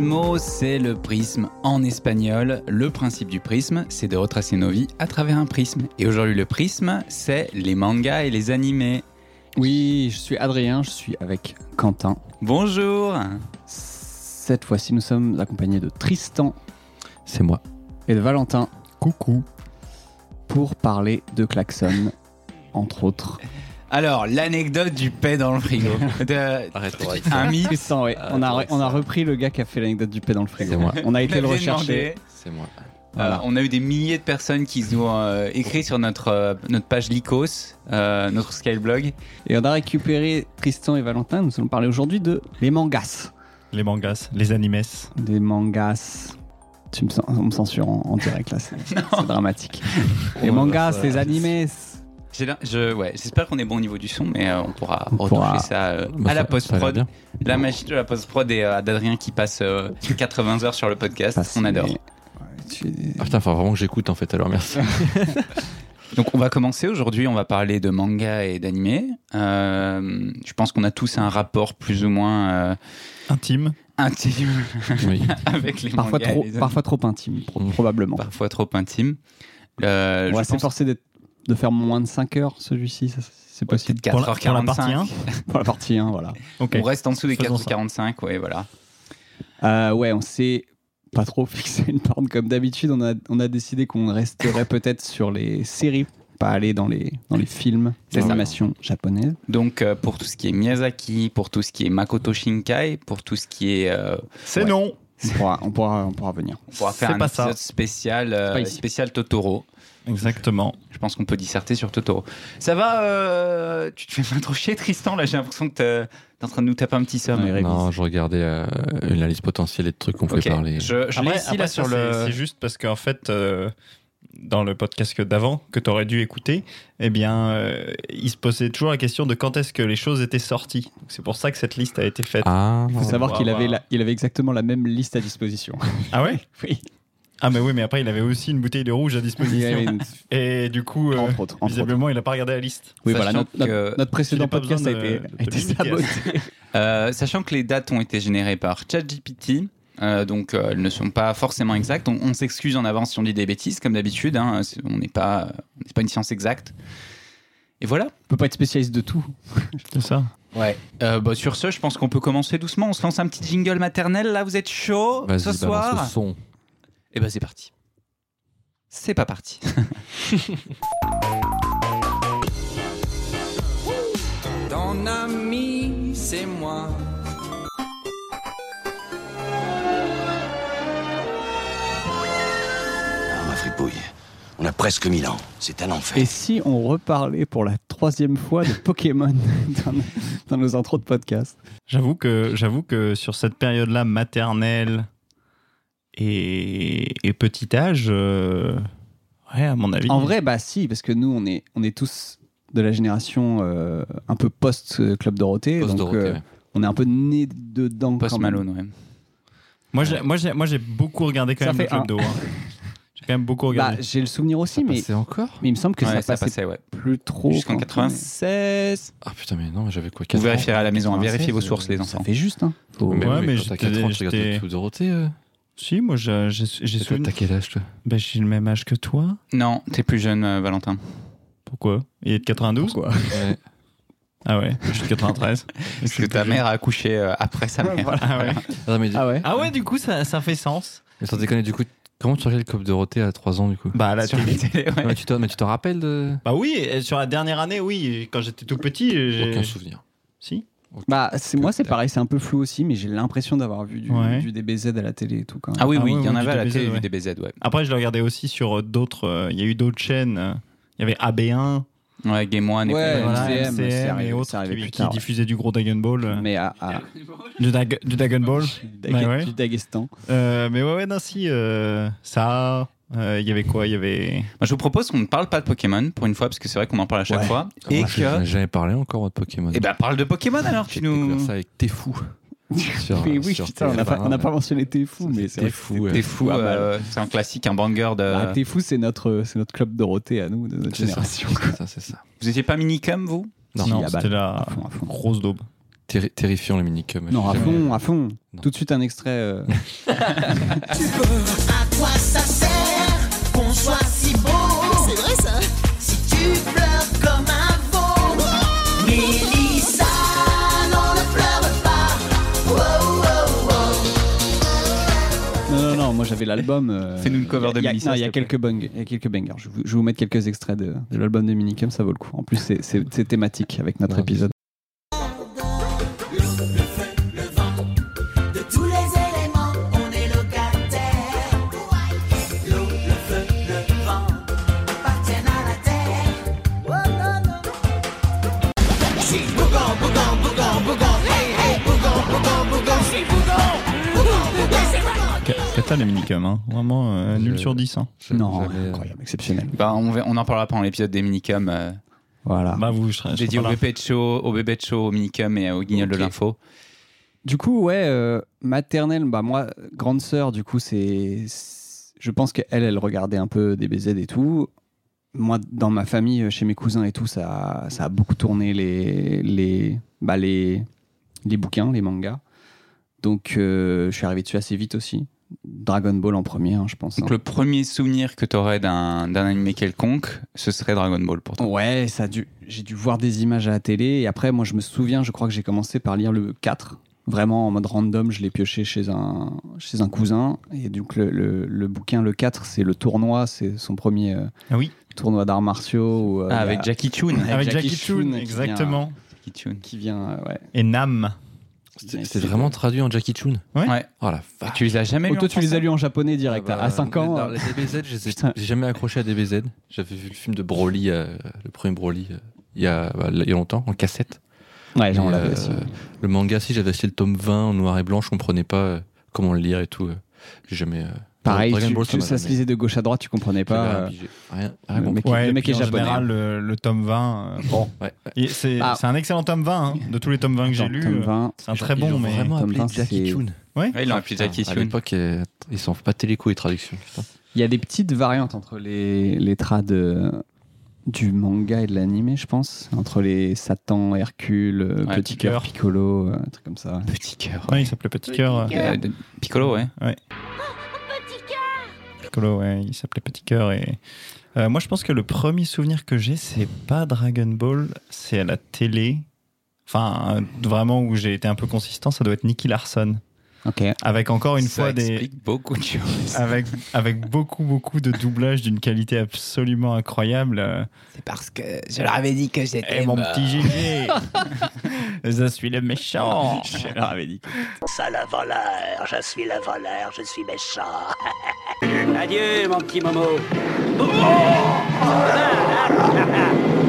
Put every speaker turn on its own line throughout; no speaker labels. mot, c'est le prisme en espagnol. Le principe du prisme, c'est de retracer nos vies à travers un prisme. Et aujourd'hui, le prisme, c'est les mangas et les animés.
Oui, je suis Adrien, je suis avec Quentin.
Bonjour
Cette fois-ci, nous sommes accompagnés de Tristan
C'est moi.
et de Valentin
Coucou.
pour parler de klaxon, entre autres.
Alors, l'anecdote du paix dans le frigo. De-
Arrête.
un mythe,
Tristan, Ah, ouais, on, a, re- on a repris le gars qui a fait l'anecdote du paix dans le frigo.
C'est moi.
On a
on
été le
l'avait
rechercher.
demandé.
C'est moi.
Voilà.
Euh, on a eu des milliers de personnes qui nous ont euh, écrit sur notre, euh, notre page Lycos, euh, notre Skyblog.
Et on a récupéré Tristan et Valentin. Nous allons parler aujourd'hui de les mangas.
Les mangas, les animes.
Des mangas. Tu me sens- on me censure en, en direct là, c'est c'est dramatique. Les
Oh,
mangas,
bah, ça-
les animés.
J'ai l'un- je- ouais, J'espère qu'on est bon au niveau du son, mais euh, on pourra
On
retoucher
pourra-
ça euh,
Bah,
à la
ça- ça va
post-prod.
bien.
La magie de la post-prod et euh, d'Adrien qui passe euh, 80 heures sur le podcast. on adore.
Ouais, tu-
Ah putain, faut vraiment que j'écoute en fait, alors merci.
Donc on va commencer aujourd'hui, on va parler de manga et d'anime. Euh, je pense qu'on a tous un rapport plus ou moins euh,
Intime.
intime
oui.
avec les
Parfois
mangas. et
trop,
les animés.
parfois trop intime, pro-
Mm.
probablement.
Parfois trop intime. Euh,
on va
je pense
s'efforcer d'être- de faire moins de 5 heures celui-ci, ça, c'est possible.
peut-être 4h45.
Pour la- pour la partie un.
Pour la partie 1, voilà.
Ok.
On reste en dessous des
Faisons
4h45, ouais, voilà.
Euh, ouais, on s'est pas trop fixé une borne comme d'habitude. On a, on a décidé qu'on resterait peut-être sur les séries, pas aller dans les, dans les films,
Ah
C'est ça.
l'animation japonaise.
Donc euh, pour tout ce qui est Miyazaki, pour tout ce qui est Makoto Shinkai, pour tout ce qui est... euh,
C'est
Ouais.
non.
On pourra, on pourra, on pourra venir.
on pourra faire
C'est
un
pas ça.
épisode spécial, euh,
C'est pas ici.
spécial Totoro.
Exactement.
Je pense qu'on peut disserter sur Totoro. Ça va euh, Tu te fais pas trop chier, Tristan Là, j'ai l'impression que t'es t'es en train de nous taper un petit somme.
On les révise.
Non, je regardais euh, la liste potentielle et de trucs qu'on
Ok.
pouvait parler.
Je, je l'ai
Après-
ici,
après,
là,
ça,
sur
c'est-
le.
C'est juste parce qu'en fait, euh, dans le podcast que d'avant, que tu aurais dû écouter, eh bien, euh, il se posait toujours la question de quand est-ce que les choses étaient sorties. Donc, C'est pour ça que cette liste a été faite.
Ah,
Ah,
Il faut savoir
pourra
qu'il
avoir-
avait, la- il avait exactement la même liste à disposition.
ouais
Oui.
Ah, mais oui, mais après, il avait aussi une bouteille de rouge à
Il y
disposition.
avait une-
Et du coup, euh,
entre autres. entre autres.
visiblement, il n'a pas regardé la liste.
Oui, voilà,
Sachant
notre, notre-
que-
notre précédent
qu'il ait pas
podcast a
besoin
été,
de- de
a été
l'unité.
saboté.
Euh, sachant que les dates ont été générées par ChatGPT, euh, donc euh, elles ne sont pas forcément exactes. On, on s'excuse en avance si on dit des bêtises, comme d'habitude. hein. C'est- on n'est pas, on n'est pas une science exacte. Et voilà.
On peut pas être spécialiste de tout.
C'est ça.
Ouais. Euh, bah, sur ce, je pense qu'on peut commencer doucement. On se lance un petit jingle maternel. Là, vous êtes chaud
Vas-y,
ce
balance
soir
le son.
Et ben c'est parti. C'est pas parti.
Ton ami, c'est moi.
Ah, ma fripouille, on a presque 1000 ans. C'est un enfer.
Et si on reparlait pour la troisième fois de Pokémon dans, nos- dans nos intros de podcast
J'avoue que, j'avoue que sur cette période-là, maternelle et, et petit âge, euh, ouais, à mon avis.
En vrai, bah si, parce que nous, on est, on est tous de la génération euh, un peu post-Club Dorothée.
Post
donc,
Dorothée,
euh,
ouais.
on est un peu né dedans.
Post
quand même.
Malone, ouais.
Moi, j'ai, moi, j'ai, moi, j'ai beaucoup regardé quand
Ça
même le
fait un.
club d'eau. hein. J'ai quand même beaucoup
Bah,
regardé.
j'ai le souvenir aussi, mais,
C'est encore
mais il me semble que
Ouais,
ça, passait
ouais.
plus trop.
Jusqu'en
quand on est-
96.
Ah putain, mais non, mais j'avais quoi
Vous
4
vérifierez à la maison. hein.
96,
Vérifiez vos sources, les
euh, Ça
enfants.
fait juste, hein. Faut-
Mais
Ouais,
oui,
mais
quand t'as
j'étais-
4 ans, tu regardes
j'étais-
le tout Dorothée. euh.
si, moi, j'ai, j'ai, j'ai
Et toi,
souvenir-
T'as quel âge, toi
Bah, j'ai le même âge que toi.
Non, t'es plus jeune, euh, Valentin.
Pourquoi Il est de 92
Pourquoi
Ouais.
Ah ouais, je suis de 93.
Parce que ta mère a accouché euh, après sa mère.
Ah ouais.
Ah, mais,
Ah ouais
ah ouais, du coup, ça, ça fait sens.
mais sans déconner, du coup, comment tu regardes le Club Dorothée à 3 ans, du coup
Bah, là,
Sur la télé, ouais.
Non, mais tu t'en- Mais tu t'en rappelles de.
Bah oui, et sur la dernière année, oui, quand j'étais tout petit, j'ai...
Aucun souvenir.
Si
bah, c'est, moi, c'est pareil, c'est un peu flou aussi, mais j'ai l'impression d'avoir vu du,
Ouais.
du DBZ à la télé et tout. Quand même.
Ah oui,
Ah
oui,
ouais,
il y en
ouais,
avait
du
à la
DBZ,
télé
ouais.
du DBZ, ouais.
Après, je le regardais aussi sur euh, d'autres. euh, Il y a eu d'autres chaînes. euh, Il y avait AB1,
Ouais, Game One et
Ouais,
compagnie.
voilà,
MCM,
MCM,
c'est arrivé-
et
c'est
autres
arrivé
qui,
plus
qui
tard, ouais.
diffusaient du gros Dragon
Ah
Ball. euh,
Mais à, à-
du, Dag- du Dragon Ball.
du,
Bah
Ouais, ouais.
du Daguestan.
Euh, mais ouais, ouais, non, si. euh, ça. euh, Il y avait quoi Il y avait.
Moi, je vous propose qu'on ne parle pas de Pokémon pour une fois, parce que c'est vrai qu'on en parle à chaque
Ouais.
fois.
Et
Et
Moi, j'ai-
que.
j'ai jamais parlé encore de Pokémon.
Eh ben, parle de Pokémon alors, tu
J'ai
nous.
découvert ça avec T'es fou. Sur-
Mais oui,
sur
putain, on n'a pas,
TF1,
on n'a pas mentionné T'es fou, mais c'est
T'es
vrai que
fou.
T'es
ouais.
fou,
Ouais, bah,
euh, c'est un classique, un banger de.
Bah, t'es fou, c'est notre, c'est notre club Dorothée à nous, de notre
C'est ça.
génération.
C'est ça, c'est ça.
vous étiez pas minicum, vous
Non,
Si,
non,
ah bah,
c'était la
à fond, à fond.
grosse daube.
terri- terrifiant le minicum.
Non, ah, à
J'ai jamais-
fond, à fond.
Non.
Tout de suite un extrait. euh,
À quoi ça sert qu'on soit si beau C'est vrai ça Si tu pleures comme un veau Mélissa, non ne pleure pas Wow, wow, wow.
Non, non, non, moi j'avais l'album. euh,
Fais-nous une cover de
il y a-
Mélissa,
non, Il y a
s'il te plaît.
quelques bang- il y a quelques bangers. Je vais vous, je vais vous mettre quelques extraits de, de l'album de Minicum, ça vaut le coup. En plus, c'est- c'est c'est thématique avec notre
Ouais.
épisode.
Le feu, le vent De tous les éléments, on est locataire L'eau, le feu, le vent Appartiennent à la terre C'est bougon, bougon, bougon, bougon Hey, hey, bougon, bougon, bougon C'est bougon, bougon, bougon C'est bougon
Cata le minicum, hein. vraiment euh, nul sur 10. hein.
J'ai
Non,
jamais, euh,
incroyable, exceptionnel.
Bah, on, ver- on en parlera pendant l'épisode des minicums. euh,
Voilà.
Bah, vous, je serais- je
J'ai
serais
dit
pas
au
là.
bébé de show, au bébé de show, au minicum et euh, au guignol de l'info.
Du coup, ouais, euh, maternelle, bah moi, grande sœur, du coup, c'est. c'est- Je pense qu'elle, elle regardait un peu des DBZ et tout. Moi, dans ma famille, euh, chez mes cousins et tout, ça, ça a beaucoup tourné les, les, bah, les, les bouquins, les mangas. Donc, euh, je suis arrivé dessus assez vite aussi. Dragon Ball en premier, hein, je pense.
Donc
hein.
le premier souvenir que tu aurais d'un d'un animé quelconque, ce serait Dragon Ball pour toi.
Ouais, ça a dû- j'ai dû voir des images à la télé. Et après, moi, je me souviens, je crois que j'ai commencé par lire le 4. Vraiment en mode random, je l'ai pioché chez un, chez un cousin. Et donc, le, le- le bouquin, le 4, c'est le tournoi, c'est son premier euh,
Ah oui,
tournoi d'arts martiaux. où, euh, il y
Ah,
a-
avec Jackie Chun.
Avec
avec
Jackie
Jackie,
Chun,
Chun,
qui
exactement.
Jackie Chun.
Qui vient, euh, ouais.
Et Nam.
C'est c'est vraiment traduit en Jackie Chun.
Ouais.
Ouais.
Oh la vache.
Tu les as jamais
Oh,
lus
toi,
en
tu les as
français
lus en japonais direct,
Ah bah,
à 5 ans.
dans
euh,
les DBZ, je les ai-
Putain.
j'ai jamais accroché à DBZ. J'avais vu le film de Broly, euh, le premier Broly, euh, il, y a, bah, il y a longtemps, en cassette.
Ouais, genre, on
Et,
l'avait
euh,
aussi.
Le manga, si j'avais acheté le tome 20 en noir et blanc, je comprenais pas euh, comment le lire et tout. euh. J'ai jamais. euh,
Pareil,
Dragon
tu-
Ball,
tu-
m'a
ça se
jamais-
lisait de gauche à droite, tu comprenais
j'avais
pas.
rien
euh,
pigé. Rien, rien
le
compris.
mec- le
et
mec
puis
est
en
japonais.
général, le, le tome 20. euh, bon.
Ouais.
Et C'est
Ah.
c'est un excellent tome 20, hein, de tous les tomes 20 que j'ai
tome
lus.
euh,
euh,
20.
C'est un
Ils
très
l'ont
bon, mais.
vraiment
Tome
appelé
20,
Jackie
c'est-
Chun.
Ouais, il a appelé Jackie
Ah, à
Chun.
l'époque, euh, ils s'en font pas téléco les traductions. putain.
Il y a des petites variantes entre les, les trades euh, du manga et de l'animé, je pense. Entre les Satan, Hercule, euh,
Ouais,
Petit Cœur,
Cœur.
Piccolo, euh, un truc comme ça.
Petit cœur.
Ouais, il s'appelait Petit Cœur.
Petit
Euh, de- Piccolo, ouais.
Piccolo, ouais, il s'appelait Petit Cœur. Et... Euh, moi, je pense que le premier souvenir que j'ai, c'est pas Dragon Ball, c'est à la télé. Enfin, euh, vraiment où j'ai été un peu consistant, ça doit être Nicky Larson.
Ok.
Avec encore une
Ça
fois des.
explique beaucoup de choses.
Avec, avec beaucoup, beaucoup de doublages d'une qualité absolument incroyable. euh,
C'est parce que je leur avais dit que j'étais.
Eh mon petit GG Je suis le méchant Je leur avais dit.
Sale voleur, je suis le voleur, je suis méchant.
Adieu, mon petit Momo. Oh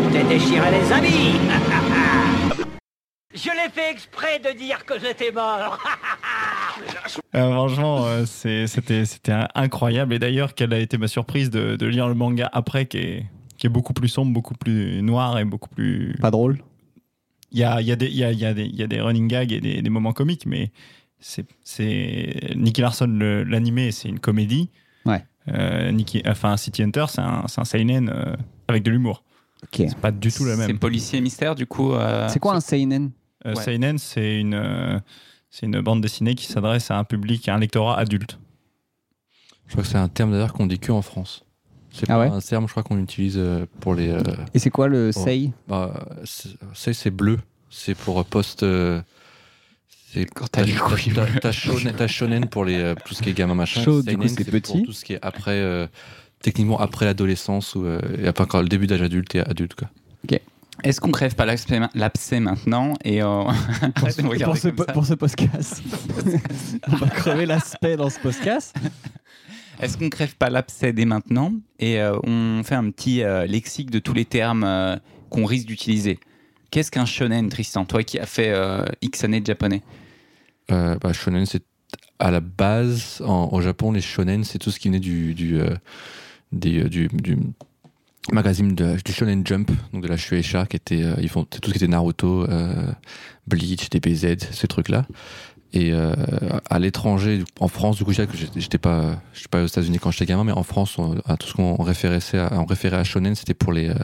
Tu t'es déchiré les habits. Je l'ai fait exprès de dire que j'étais mort.
Euh, franchement, euh, c'est- c'était c'était incroyable. Et d'ailleurs, quelle a été ma surprise de, de lire le manga après, qui est, qui est beaucoup plus sombre, beaucoup plus noir et beaucoup plus.
Pas drôle
Il y a, il y, a des- il y, a, il y a des- il y a des running gags et des, des moments comiques, mais c'est- c'est. Nicky Larson, le- l'animé, c'est une comédie.
Ouais.
Euh, Nicky, enfin, City Hunter, c'est un, c'est un seinen euh, avec de l'humour.
Ok.
C'est pas du tout la
C'est
même.
policier mystère, du coup. euh,
Ah, C'est quoi un Seinen
Euh,
ouais.
Seinen, c'est une, euh, c'est une bande dessinée qui s'adresse à un public, à un lectorat adulte.
Je crois que c'est un terme d'ailleurs qu'on dit que en France. C'est
Ah
pas
ouais
un terme, je crois qu'on utilise euh, pour les. euh,
Et c'est quoi le Sei
bah, c'est- c'est c'est bleu. C'est pour euh, poste. euh, c'est
Quand t'as les couilles
t'as-
bleues.
t'as shonen, t'as shonen pour les, euh, tout ce qui est gamin machin.
Show, du
Seinen,
coup, c'est
pour
petit.
tout ce qui est après, euh, techniquement après l'adolescence ou euh, et après encore le début d'âge adulte et adulte quoi.
Est-ce qu'on crève pas l'abcès ma- l'abcès maintenant et euh, arrête de me regarder
pour, ce,
comme
po-
ça.
pour ce podcast. On va crever l'aspect dans ce podcast.
Est-ce qu'on crève pas l'abcès dès maintenant et euh, on fait un petit euh, lexique de tous les termes euh, qu'on risque d'utiliser Qu'est-ce qu'un shonen, Tristan Toi qui as fait euh, X années de japonais.
Euh, bah, shonen, c'est à la base en- au Japon les shonen, c'est tout ce qui venait du du, euh, des, euh, du, du magazine de, du Shonen Jump, donc de la Shueisha, qui était euh, ils font c'est tout ce qui était Naruto, euh, Bleach, DBZ, ces trucs là. Et euh, à l'étranger, en France, du coup, je dirais que j'étais j'étais pas, j'étais pas aux États-Unis quand j'étais gamin, mais en France, on- à tout ce qu'on référait à, on référait à shonen, c'était pour les euh,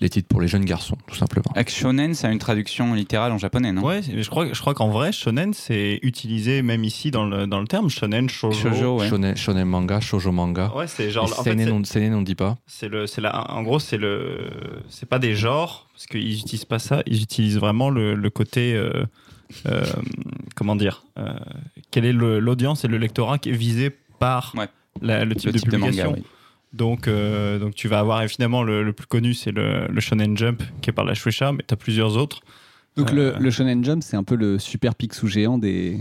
les titres pour les jeunes garçons, tout simplement.
Shonen, ça a une traduction littérale en japonais, non
Ouais, c'est- je crois, je crois qu'en vrai, shonen, c'est utilisé même ici dans le, dans le terme shonen, shoujo.
Shoujo, ouais.
Shonen, shonen manga, shoujo manga.
Ouais, c'est
Et
genre. En fait,
seinen,
c'est-
on- seinen, on ne dit pas.
c'est le, c'est la, en gros, c'est le, c'est pas des genres parce qu'ils utilisent pas ça. Ils utilisent vraiment le, le côté, euh, euh, comment dire, euh, quelle est le- l'audience et le lectorat qui est visé par
Ouais.
la- le type
Le
de
type de manga,
publication.
oui.
Donc, euh, donc tu vas avoir et finalement le, le plus connu, c'est le, le Shonen Jump qui est par la Shueisha, mais tu as plusieurs autres.
Donc
Euh.
le, le Shonen Jump, c'est un peu le super pixou géant des.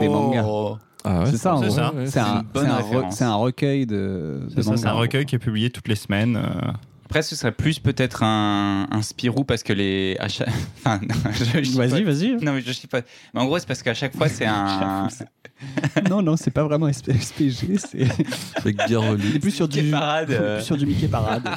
Des mangas.
Oh,
Ah ouais
c'est ça, en
c'est
gros.
ça.
C'est un,
bonne
c'est un re-
référence.
c'est un recueil de, de
C'est ça,
mangas.
c'est un recueil qui est publié toutes les semaines. euh,
Après, ce serait plus peut-être un, un Spirou parce que les. à chaque- Enfin, non, je- je sais
Vas-y,
pas.
vas-y.
Non, mais je sais pas. Mais en gros, c'est parce qu'à chaque fois, c'est un.
non, non, c'est pas vraiment SP- SPG, c'est
C'est bien relu.
c'est plus sur
Mickey
du.
Parade, euh.
plus sur du Mickey Parade.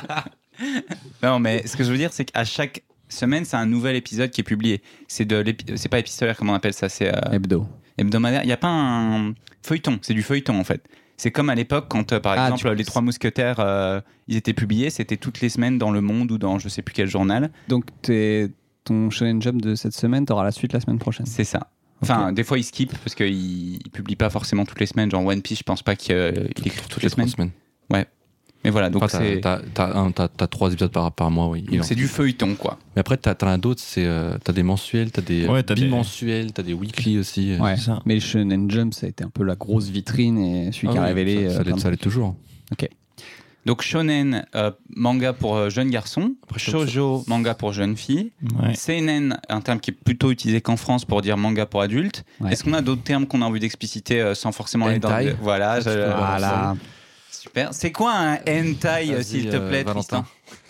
Non, mais ce que je veux dire, c'est qu'à chaque semaine, c'est un nouvel épisode qui est publié. C'est de l'épi- c'est pas épistolaire, comment on appelle ça C'est euh,
Hebdo.
hebdomadaire. Il n'y a pas un feuilleton, c'est du feuilleton en fait. C'est comme à l'époque quand, euh, par
Ah,
exemple,
tu-
les Trois Mousquetaires, euh, ils étaient publiés, c'était toutes les semaines dans Le Monde ou dans je sais plus quel journal.
Donc t'es- ton Shonen Jump de cette semaine, t'auras la suite la semaine prochaine.
C'est ça. Enfin, des fois, ils skippent parce qu'ils ils publient pas forcément toutes les semaines. Genre One Piece, je pense pas qu'ils écrivent toutes les
trois
semaines. euh, Mais voilà, donc
Enfin,
c'est
t'as- t'as- t'as un- t'as- t'as trois épisodes par, par mois, oui.
donc c'est du feuilleton quoi.
Mais après, t'as t'en as d'autres, c'est euh, t'as des mensuels, t'as des
Ouais, t'as des-
bimensuels, t'as des weekly aussi.
Ouais.
c'est ça.
Mais le Shonen Jump, ça a été un peu la grosse vitrine et celui
Ah
qui a
oui,
révélé.
ça-
euh,
Ça l'est-
plein de-
ça l'est toujours.
Donc shonen euh, manga pour euh, jeunes garçons,
Après, je trouve
shoujo manga pour jeunes filles,
Ouais.
seinen un terme qui est plutôt utilisé qu'en France pour dire manga pour adultes.
Ouais.
Est-ce qu'on a d'autres termes qu'on a envie d'expliciter euh, sans forcément aller dans
Hentai.
le- voilà, je-
peux balancer.
Voilà.
super. C'est quoi un hentai euh,
Vas-y,
s'il te
euh,
plaît
Valentin.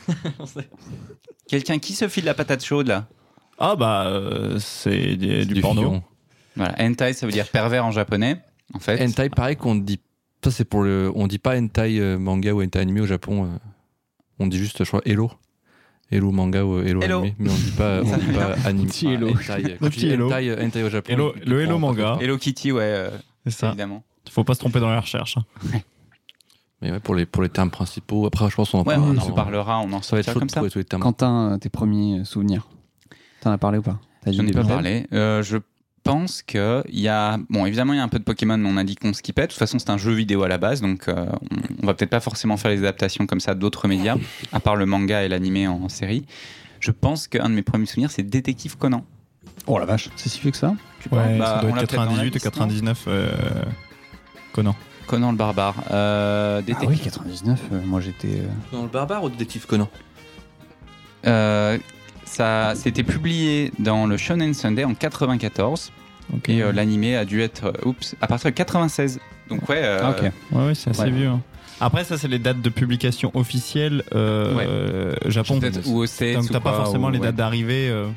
Tristan Quelqu'un qui se file la patate chaude là
Ah bah euh, c'est des-
C'est
du, porno.
fion.
Voilà, hentai ça veut dire pervers en japonais en fait.
Hentai, pareil qu'on dit. Ça, c'est pour le. On dit pas hentai euh, manga ou hentai animé au Japon. euh, on dit juste, je crois, hello. Hello manga ou hello,
Hello.
animé. Mais on dit pas, on dit pas anime.
Petit
Ah,
hello.
hentai, euh, quand
Le
tu
petit
dis
hello.
hentai, euh, hentai au Japon.
Hello-
tu te
le hello
prends-
manga.
Hello Kitty ouais euh,
C'est ça.
évidemment.
Faut pas se tromper dans la recherche. hein.
Mais ouais, pour les, pour les termes principaux. Après, je pense qu'on en
Ouais,
parlera
on en
dans-
parlera, on en
Ça va être
sortira
chaud de
comme ça.
trouver tous les termes.
Quentin, euh, tes premiers souvenirs. T'en as parlé ou pas T'as
J'en
dit
ai pas
des
parlé. Euh, je pense que il y a bon évidemment il y a un peu de Pokémon mais on a dit qu'on skippait de toute façon c'est un jeu vidéo à la base donc euh, on, on va peut-être pas forcément faire les adaptations comme ça d'autres médias à part le manga et l'animé en, série je pense qu'un de mes premiers souvenirs c'est Détective Conan
Oh la vache, c'est si vieux que ça
tu penses
Ouais,
Bah,
ça doit
on
être
l'a peut-être dans la
98 ou
liste, non
99 euh, Conan.
Conan le barbare Euh,
Ah
Détective-
oui, 99, euh, moi j'étais. euh,
Dans le barbare ou détective Conan
Ah
Euh, ça c'était publié dans le Shonen Sunday en 94
Ok.
et euh, l'animé a dû être euh, oups à partir de 96 donc ouais euh,
Ah, ok.
Ouais, ouais, c'est assez
Ouais.
vieux. hein. Après, ça, c'est les dates de publication officielles euh,
Ouais.
euh, Japon.
peut-être ou OCS
Donc,
ou
t'as pas
quoi,
forcément
ou-
les
ouais.
dates d'arrivée. euh,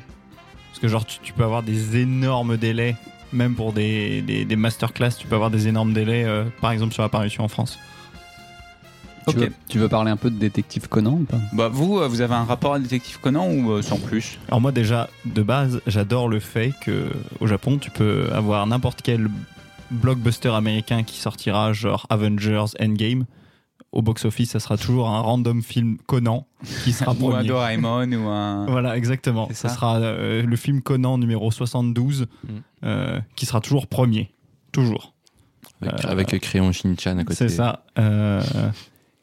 parce que, genre, tu, tu peux avoir des énormes délais. Même pour des, des, des masterclass, tu peux avoir des énormes délais, euh, par exemple, sur la parution en France.
Tu,
Ok.
veux, tu veux parler un peu de détective Conan ou pas
Bah vous, euh, vous avez un rapport à Détective Conan ou euh, sans plus
Alors moi déjà de base j'adore le fait que au Japon tu peux avoir n'importe quel blockbuster américain qui sortira genre Avengers Endgame au box office ça sera toujours un random film Conan qui sera
Ou un
premier.
Doraemon ou un...
Voilà exactement
C'est
ça.
ça.
sera euh, le film Conan numéro 72
Mm.
euh, qui sera toujours premier toujours.
Avec,
Euh,
avec euh, Crayon Shinchan à côté.
C'est ça. Euh,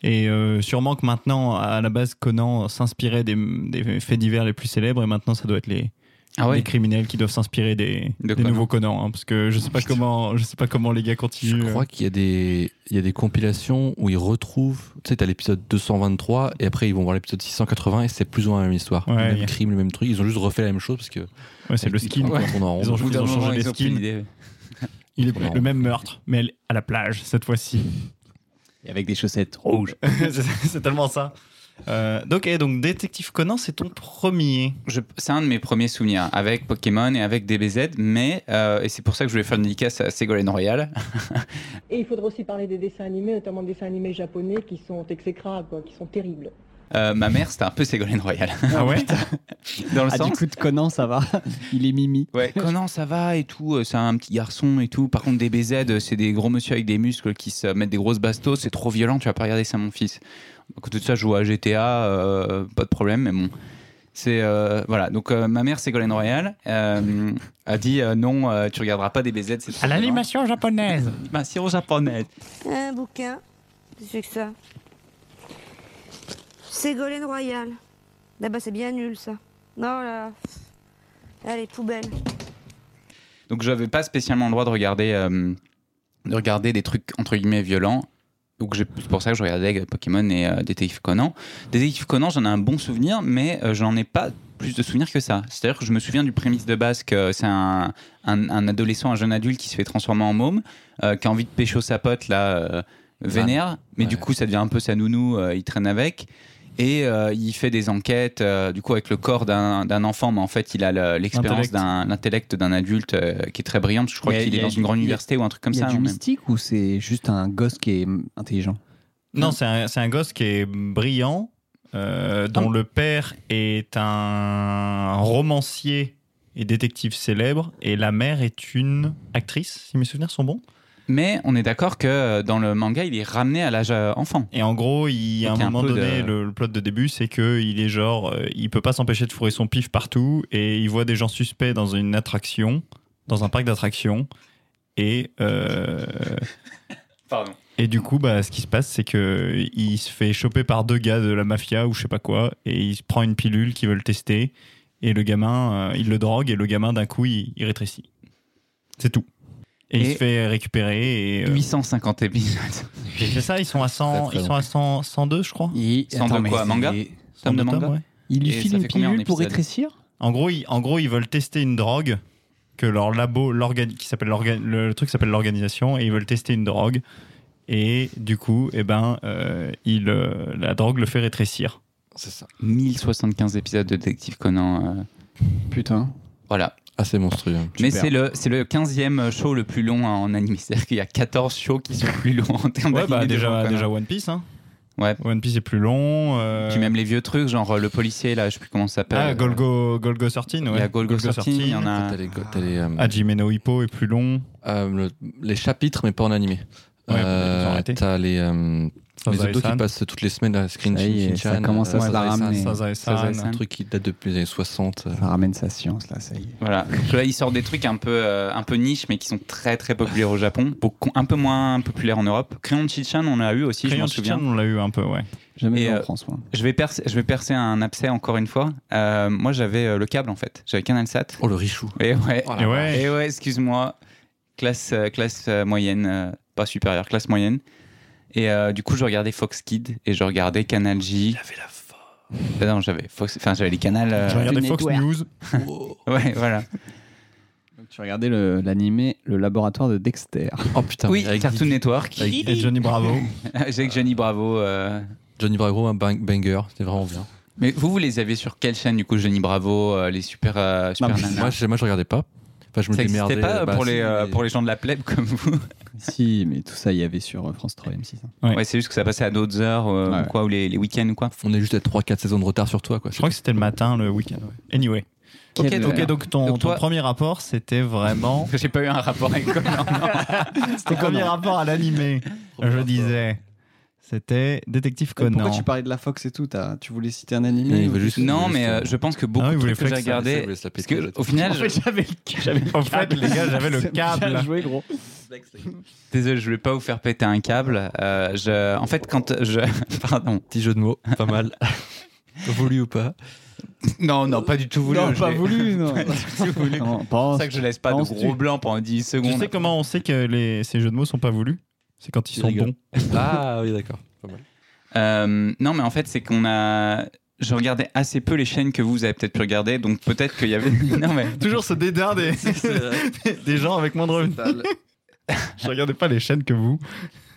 et euh, sûrement que maintenant, à la base, Conan s'inspirait des, des faits divers les plus célèbres, et maintenant, ça doit être les,
Ah ouais
les criminels qui doivent s'inspirer des,
De
des
Conan.
nouveaux Conan, hein, parce que je sais pas comment, je sais pas comment les gars
Je
continuent.
crois qu'il y a des, il y a des compilations où ils retrouvent, tu sais, t'as l'épisode 223 et après ils vont voir l'épisode 680 et c'est plus ou moins la même histoire.
Ouais,
le
il y
même
a-
crime, le même truc. Ils ont juste refait la même chose parce que. Ah
Ouais, c'est le skin. quoi.
Ils, tournent en rond.
Ils ont-
Au bout d'un
ils ont
moment,
changé les
ils ont plus
skins.
d'idées.
Il est
Conan.
le même meurtre, mais elle- à la plage cette fois-ci.
Et Avec des chaussettes rouges.
c'est c'est tellement ça. Euh, donc, eh, donc détective Conan, c'est ton premier.
Je- C'est un de mes premiers souvenirs avec Pokémon et avec DBZ, mais, euh, et c'est pour ça que je voulais faire une dédicace à Ségolène Royal.
Et il faudra aussi parler des dessins animés, notamment des dessins animés japonais qui sont exécrables, quoi, qui sont terribles.
Euh, ma mère, c'était un peu Ségolène Royal.
Ah ouais
Dans le
Ah,
sens.
du coup, de Conan, ça va. Il est mimi.
Ouais, Conan, ça va et tout, euh, c'est un petit garçon et tout. Par contre, des BZ, c'est des gros monsieur avec des muscles qui se mettent des grosses bastos, c'est trop violent, tu vas pas regarder ça, mon fils. À côté de ça, je joue à GTA, euh, pas de problème, mais bon. C'est euh, voilà, donc euh, ma mère, Ségolène Royal, euh, a dit euh, non, euh, tu regarderas pas des BZ, c'est trop violent.
japonaise.
Animation japonaise.
Un bouquin. Qu'est-ce que c'est que ça Ségolène Royal. Ah bah c'est bien nul ça. Non là. Allez, poubelle.
Donc j'avais pas spécialement le droit de regarder, euh, de regarder des trucs entre guillemets violents. Donc j'ai- c'est pour ça que je regardais euh, Pokémon et euh, Détective Conan. Détective Conan, j'en ai un bon souvenir, mais euh, j'en ai pas plus de souvenirs que ça. C'est-à-dire que je me souviens du prémisse de base que c'est un, un- un adolescent, un jeune adulte qui se fait transformer en môme, euh, qui a envie de pécho sa pote là,
Ah.
euh, vénère, mais du
Ouais.
coup ça devient un peu sa nounou, euh, il traîne avec. Et euh, il fait des enquêtes, euh, du coup, avec le corps d'un d'un enfant, mais en fait, il a le- l'expérience
L'intellect.
d'un l'intellect d'un adulte euh, qui est très brillante. Je crois
Mais
qu'il
il y
est
a
dans
du-
une grande
il y a-
université ou un truc comme
il y a
ça. hein,
du
même.
mystique ou c'est juste un gosse qui est mm, intelligent
Non, c'est un, c'est un gosse qui est brillant, euh, dont le père est un romancier et détective célèbre, et la mère est une actrice, si mes souvenirs sont bons.
Mais on est d'accord que euh, dans le manga, il est ramené à l'âge euh, enfant.
Et en gros, il, à
Donc, il y a
un
un
moment
peu de-
donné, le, le plot de début, c'est que il est genre, euh, il peut pas s'empêcher de fourrer son pif partout, et il voit des gens suspects dans une attraction, dans un parc d'attractions, et euh,
Pardon.
et du coup, bah, ce qui se passe, c'est que il se fait choper par deux gars de la mafia ou je sais pas quoi, et il se prend une pilule qu'ils veulent tester, et le gamin, euh, il le drogue, et le gamin d'un coup, il, il rétrécit. C'est tout. Et, il
Et-
se fait récupérer. Et, euh,
850 épisodes.
et c'est ça, ils sont à 100,
Très, très
ils sont à 100 102, je crois.
Il...
Sans de
mais
quoi,
c'est-
manga Tome de
Sans le
manga
tome, ouais.
Il lui
Et
file
ça
une
fait combien en
pilule pour
épisode
rétrécir
En gros, ils, en gros, ils veulent tester une drogue que leur labo, l'organi- qui s'appelle l'orga- le truc s'appelle l'organisation, et ils veulent tester une drogue. Et du coup, eh ben, euh, il, euh, la drogue le fait rétrécir.
C'est ça.
1075 épisodes de Détective Conan. euh,
Putain.
voilà.
Assez monstrueux.
Mais
Super.
c'est le, c'est le 15e show le plus long en anime. C'est-à-dire qu'il y a 14 shows qui sont plus longs en termes
Ouais,
d'anime
bah,
de
déjà,
Conan.
déjà One Piece. Hein.
Ouais.
One Piece est plus long. euh,
Puis même les vieux trucs, genre euh, le policier, là, je sais plus comment ça s'appelle.
Ah, Golgo, Golgo 13, ouais.
euh, Il y a Golgo 13, il y en a-
T'as les, go- t'as les, euh,
Hajime no Hippo est plus long.
euh, le- les chapitres, mais pas en animé.
Ah. Ouais, ils ont
Euh,
arrêté.
t'as les, euh, les
Sazae-san.
autos qui passent toutes les semaines à Screen euh,
Ça y est,
Shin
ça commence à se la ramener.
Sazae-san.
Sazae-san.
un truc qui date depuis les années 60. euh,
Ça ramène sa science, là, ça y est.
Euh, Voilà. Donc là, il sort des trucs un peu, euh, un peu niche, mais qui sont très très populaires au Japon, beaucoup- un peu moins populaires en Europe. Crayon Chichan, on l'a eu aussi, je
Crayon
m'en
Chichan,
souviens.
on l'a eu un peu, ouais.
Jamais
Et,
on
euh,
prend soin.
Je vais, percer, je vais percer un abcès encore une fois. Euh, moi, j'avais euh, le câble en fait. J'avais CanalSat.
Oh, le Richou.
Et ouais,
Oh
Et
la
ouais.
et ouais excuse-moi. Classe, euh, classe euh, moyenne, euh, pas supérieure, classe moyenne. Et euh, du coup, je regardais Fox Kid et je regardais Canal J. J'avais la non, j'avais Fox. Enfin, j'avais les canals. euh,
Je regardais
du
Fox
network.
News.
Ouais, voilà.
tu regardais le- l'animé Le laboratoire de Dexter.
Oh putain,
Oui,
mais avec
Cartoon Network.
avec-
Et Johnny Bravo.
Avec Johnny Bravo. euh,
Johnny Bravo, un bang- banger, c'était vraiment bien.
Mais vous, vous les avez sur quelle chaîne du coup Johnny Bravo, euh, les super, euh, super
Non, mais
nanas
Moi, je, moi, je regardais pas. Enfin, je me
Ça
démerdais.
n'existait pas
euh, bah,
pour,
si,
les, euh,
mais-
pour les gens de la plèbe comme vous
si, mais tout ça, il y avait sur euh, France 3 M6. hein.
Ouais.
Ouais, c'est juste que ça passait à d'autres heures euh,
Ouais.
ou quoi, ou les, les week-ends ou quoi.
On est juste à 3-4 saisons de retard sur toi, quoi.
Je crois que c'était le matin, le week-end. ouais. Anyway.
Ok,
Quel-
donc-
Ok, donc ton,
Donc
ton
toi-
premier rapport, c'était vraiment.
J'ai pas eu un rapport avec quoi.
ton premier rapport à l'animé, je disais, c'était Détective Conan.
Euh, Pourquoi tu parlais de la Fox et tout t'as- Tu voulais citer un animé
Non, il
ou-
veut juste-
non,
juste,
mais
euh,
euh, je pense que beaucoup
Ah oui,
de
vous
trucs que
les
j'ai
faites, ça,
regardés.
ça, vous laissez la
Parce
péter, vous
que
êtes-
au final, je-
j'avais
Au fait, les gars, j'avais le câble.
Bien joué, gros.
désolé, je vais pas vous faire péter un câble. Euh, je... En fait, quand je. Pardon.
Petit jeu de mots, pas mal. Voulu ou pas.
Non, non, pas du tout voulu.
non,
je
pas
l'ai-
voulu, non.
voulu.
non
C'est
pense.
pour ça que je laisse pas de
Penses-tu
gros blancs pendant 10
Tu
secondes.
sais comment on sait que les- ces jeux de mots sont pas voulus C'est quand ils
Ils
sont
rigolent.
bons.
Ah oui, d'accord. Pas mal.
Euh, non, mais en fait, c'est qu'on a. Je regardais assez peu les chaînes que vous, vous avez peut-être pu regarder, donc peut-être qu'il y avait. non, mais.
Toujours ce dédain des, des gens avec moins de revenus. Je regardais pas les chaînes que vous.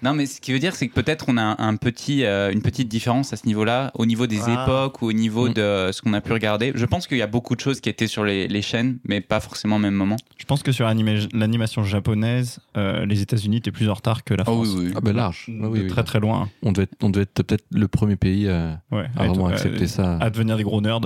Non, mais ce qui veut dire, c'est que peut-être on a un, un petit, euh, une petite différence à ce niveau-là, au niveau des
Ah.
époques ou au niveau
Mm.
de euh, ce qu'on a pu regarder. Je pense qu'il y a beaucoup de choses qui étaient sur les, les chaînes, mais pas forcément au même moment.
Je pense que sur l'anima- l'animation japonaise, euh, les États-Unis étaient plus en retard que la France.
Ah ben large.
De
Ah oui, oui.
Très très loin.
On devait être, on devait être peut-être le premier pays euh,
Ouais.
à vraiment
Euh,
accepter ça.
À devenir des gros nerds.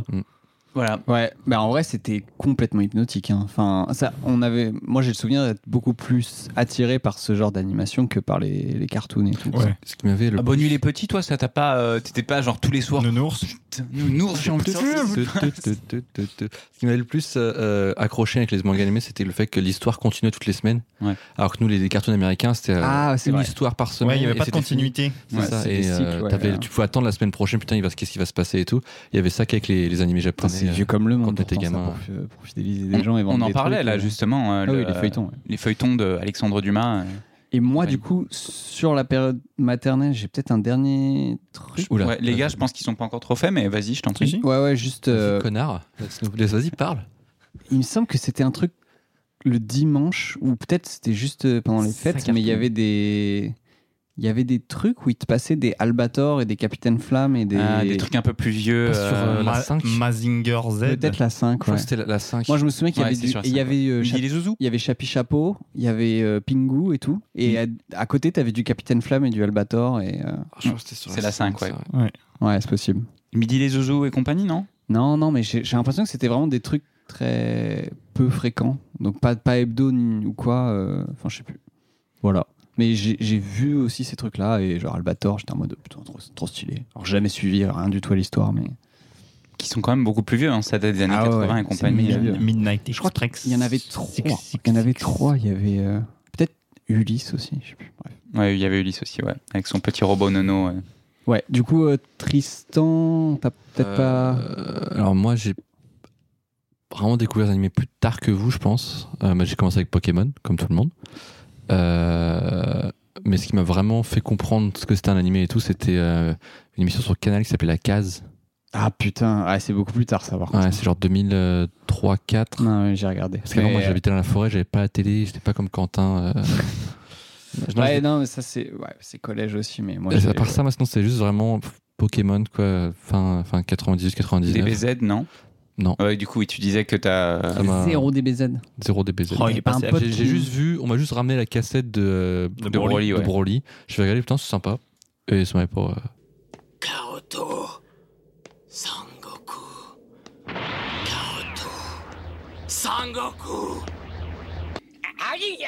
Voilà.
Ouais, bah en vrai c'était complètement hypnotique. hein. Enfin, ça, on avait, moi j'ai le souvenir d'être beaucoup plus attiré par ce genre d'animation que par les, les cartoons et tout.
Ouais.
Ce qui m'avait le
Ah, bonne nuit les petits, toi, ça t'a pas. euh, T'étais pas genre tous les soirs.
Nounours.
Putain, Nous, nous, Oh, j'ai envie de sortir.
Ce qui m'avait le plus euh, euh, accroché avec les mangas animés, c'était le fait que l'histoire continuait toutes les semaines.
Ouais.
Alors que nous, les cartoons américains, c'était euh,
Ah, c'est
une
vrai.
histoire par semaine.
Ouais, il n'y
et
avait pas de
c'était fini.
continuité.
C'est
Ouais,
ça.
c'est
Et
des
euh,
cycles, ouais,
t'avais-
ouais.
tu pouvais attendre la semaine prochaine, putain, il va, qu'est-ce qui va se passer et tout. Il y avait ça qu'avec les, les animés
Putain,
japonais. euh,
C'est vieux comme le monde
t'étais
pourtant, ça,
gamin.
pour, fi- pour fidéliser des
On,
gens et vendre
on en
des
parlait
trucs,
là,
euh.
justement. euh,
Ah
le-
oui, les feuilletons. ouais.
les feuilletons de Alexandre Dumas. euh.
Et moi
Ouais.
du coup sur la période maternelle j'ai peut-être un dernier truc.
Oula.
Ouais, les gars,
Ah,
je pense qu'ils sont pas encore trop faits, mais vas-y, je t'en prie.
Si, si.
Ouais ouais juste. euh,
Vas-y, Connard, laisse-nous- laisse- vas-y, parle.
Il me semble que c'était un truc le dimanche ou peut-être c'était juste euh, pendant les
Ça
fêtes,
cartonne.
mais il y avait des il y avait des trucs où il te passait des Albator et des Capitaine Flamme et des,
Ah, des trucs un peu plus vieux.
Pas sur, euh, la
Ma-
cinq.
Mazinger Z.
peut-être la 5
Je crois que c'était la, 5.
Moi je me souviens qu'il y
Ouais,
avait
c'est
du-
sur la
il y
cinq,
avait euh,
Midi
Chapi-
les zouzous.
il y avait Chapi Chapeau, il y avait euh, Pingu et tout et à, à côté t'avais du Capitaine Flamme et du Albator et euh,
C'est la cinq, ouais.
ouais, c'est possible.
Midi les zouzous et compagnie, non
Non non, mais j'ai j'ai l'impression que c'était vraiment des trucs très peu fréquents. Donc pas pas hebdo ni- ou quoi euh, enfin je sais plus. Voilà. Mais j'ai j'ai vu aussi ces trucs-là, et genre Albator, j'étais en mode putain, trop, trop stylé. Alors jamais suivi, rien du tout à l'histoire, mais.
Qui sont quand même beaucoup plus vieux. Hein. Ça date des années
Ah ouais,
80 et
c'est
compagnie.
méga
euh.
vieux.
Midnight
Je crois
Express.
Il y en avait trois. Il y en avait trois, il y avait. euh, Peut-être Ulysse aussi, je sais plus. Bref.
Ouais, il y avait Ulysse aussi, ouais. Avec son petit robot nono. ouais.
Ouais, du coup, euh, Tristan, t'as peut-être pas.
Euh, alors moi j'ai vraiment découvert les animés plus tard que vous je pense. Euh, moi, j'ai commencé avec Pokémon comme tout le monde. Euh, mais ce qui m'a vraiment fait comprendre ce que c'était un animé et tout, c'était euh, une émission sur Canal qui s'appelait La Case.
Ah putain, ah, c'est beaucoup plus tard, ça, par contre.
Ouais, c'est genre 2003 4
Non, mais j'ai regardé.
Parce qu'avant
Mais,
moi
euh,
j'habitais dans la forêt, j'avais pas la télé, j'étais pas comme Quentin. euh. Non,
euh, ouais,
je-
non, mais ça, c'est ouais, c'est collège aussi, mais moi.
à
j'ai-
part ça, moi sinon c'est juste vraiment Pokémon quoi, fin, fin 98, 99.
DBZ, non
Non.
Ouais, du coup, oui, tu disais que t'as. euh,
Ah,
Ça m'a-
Zéro DBZ.
Zéro DBZ.
Oh, il est passé
Un
à-
pote
J'ai j'ai
qui-
juste vu, on m'a juste ramené la cassette de,
De Broly,
ouais.
de Broly. Je vais regarder, putain, c'est sympa. Et ça m'avait pas. euh,
Kaoto, Sangoku, Kaoto, Sangoku. Aïe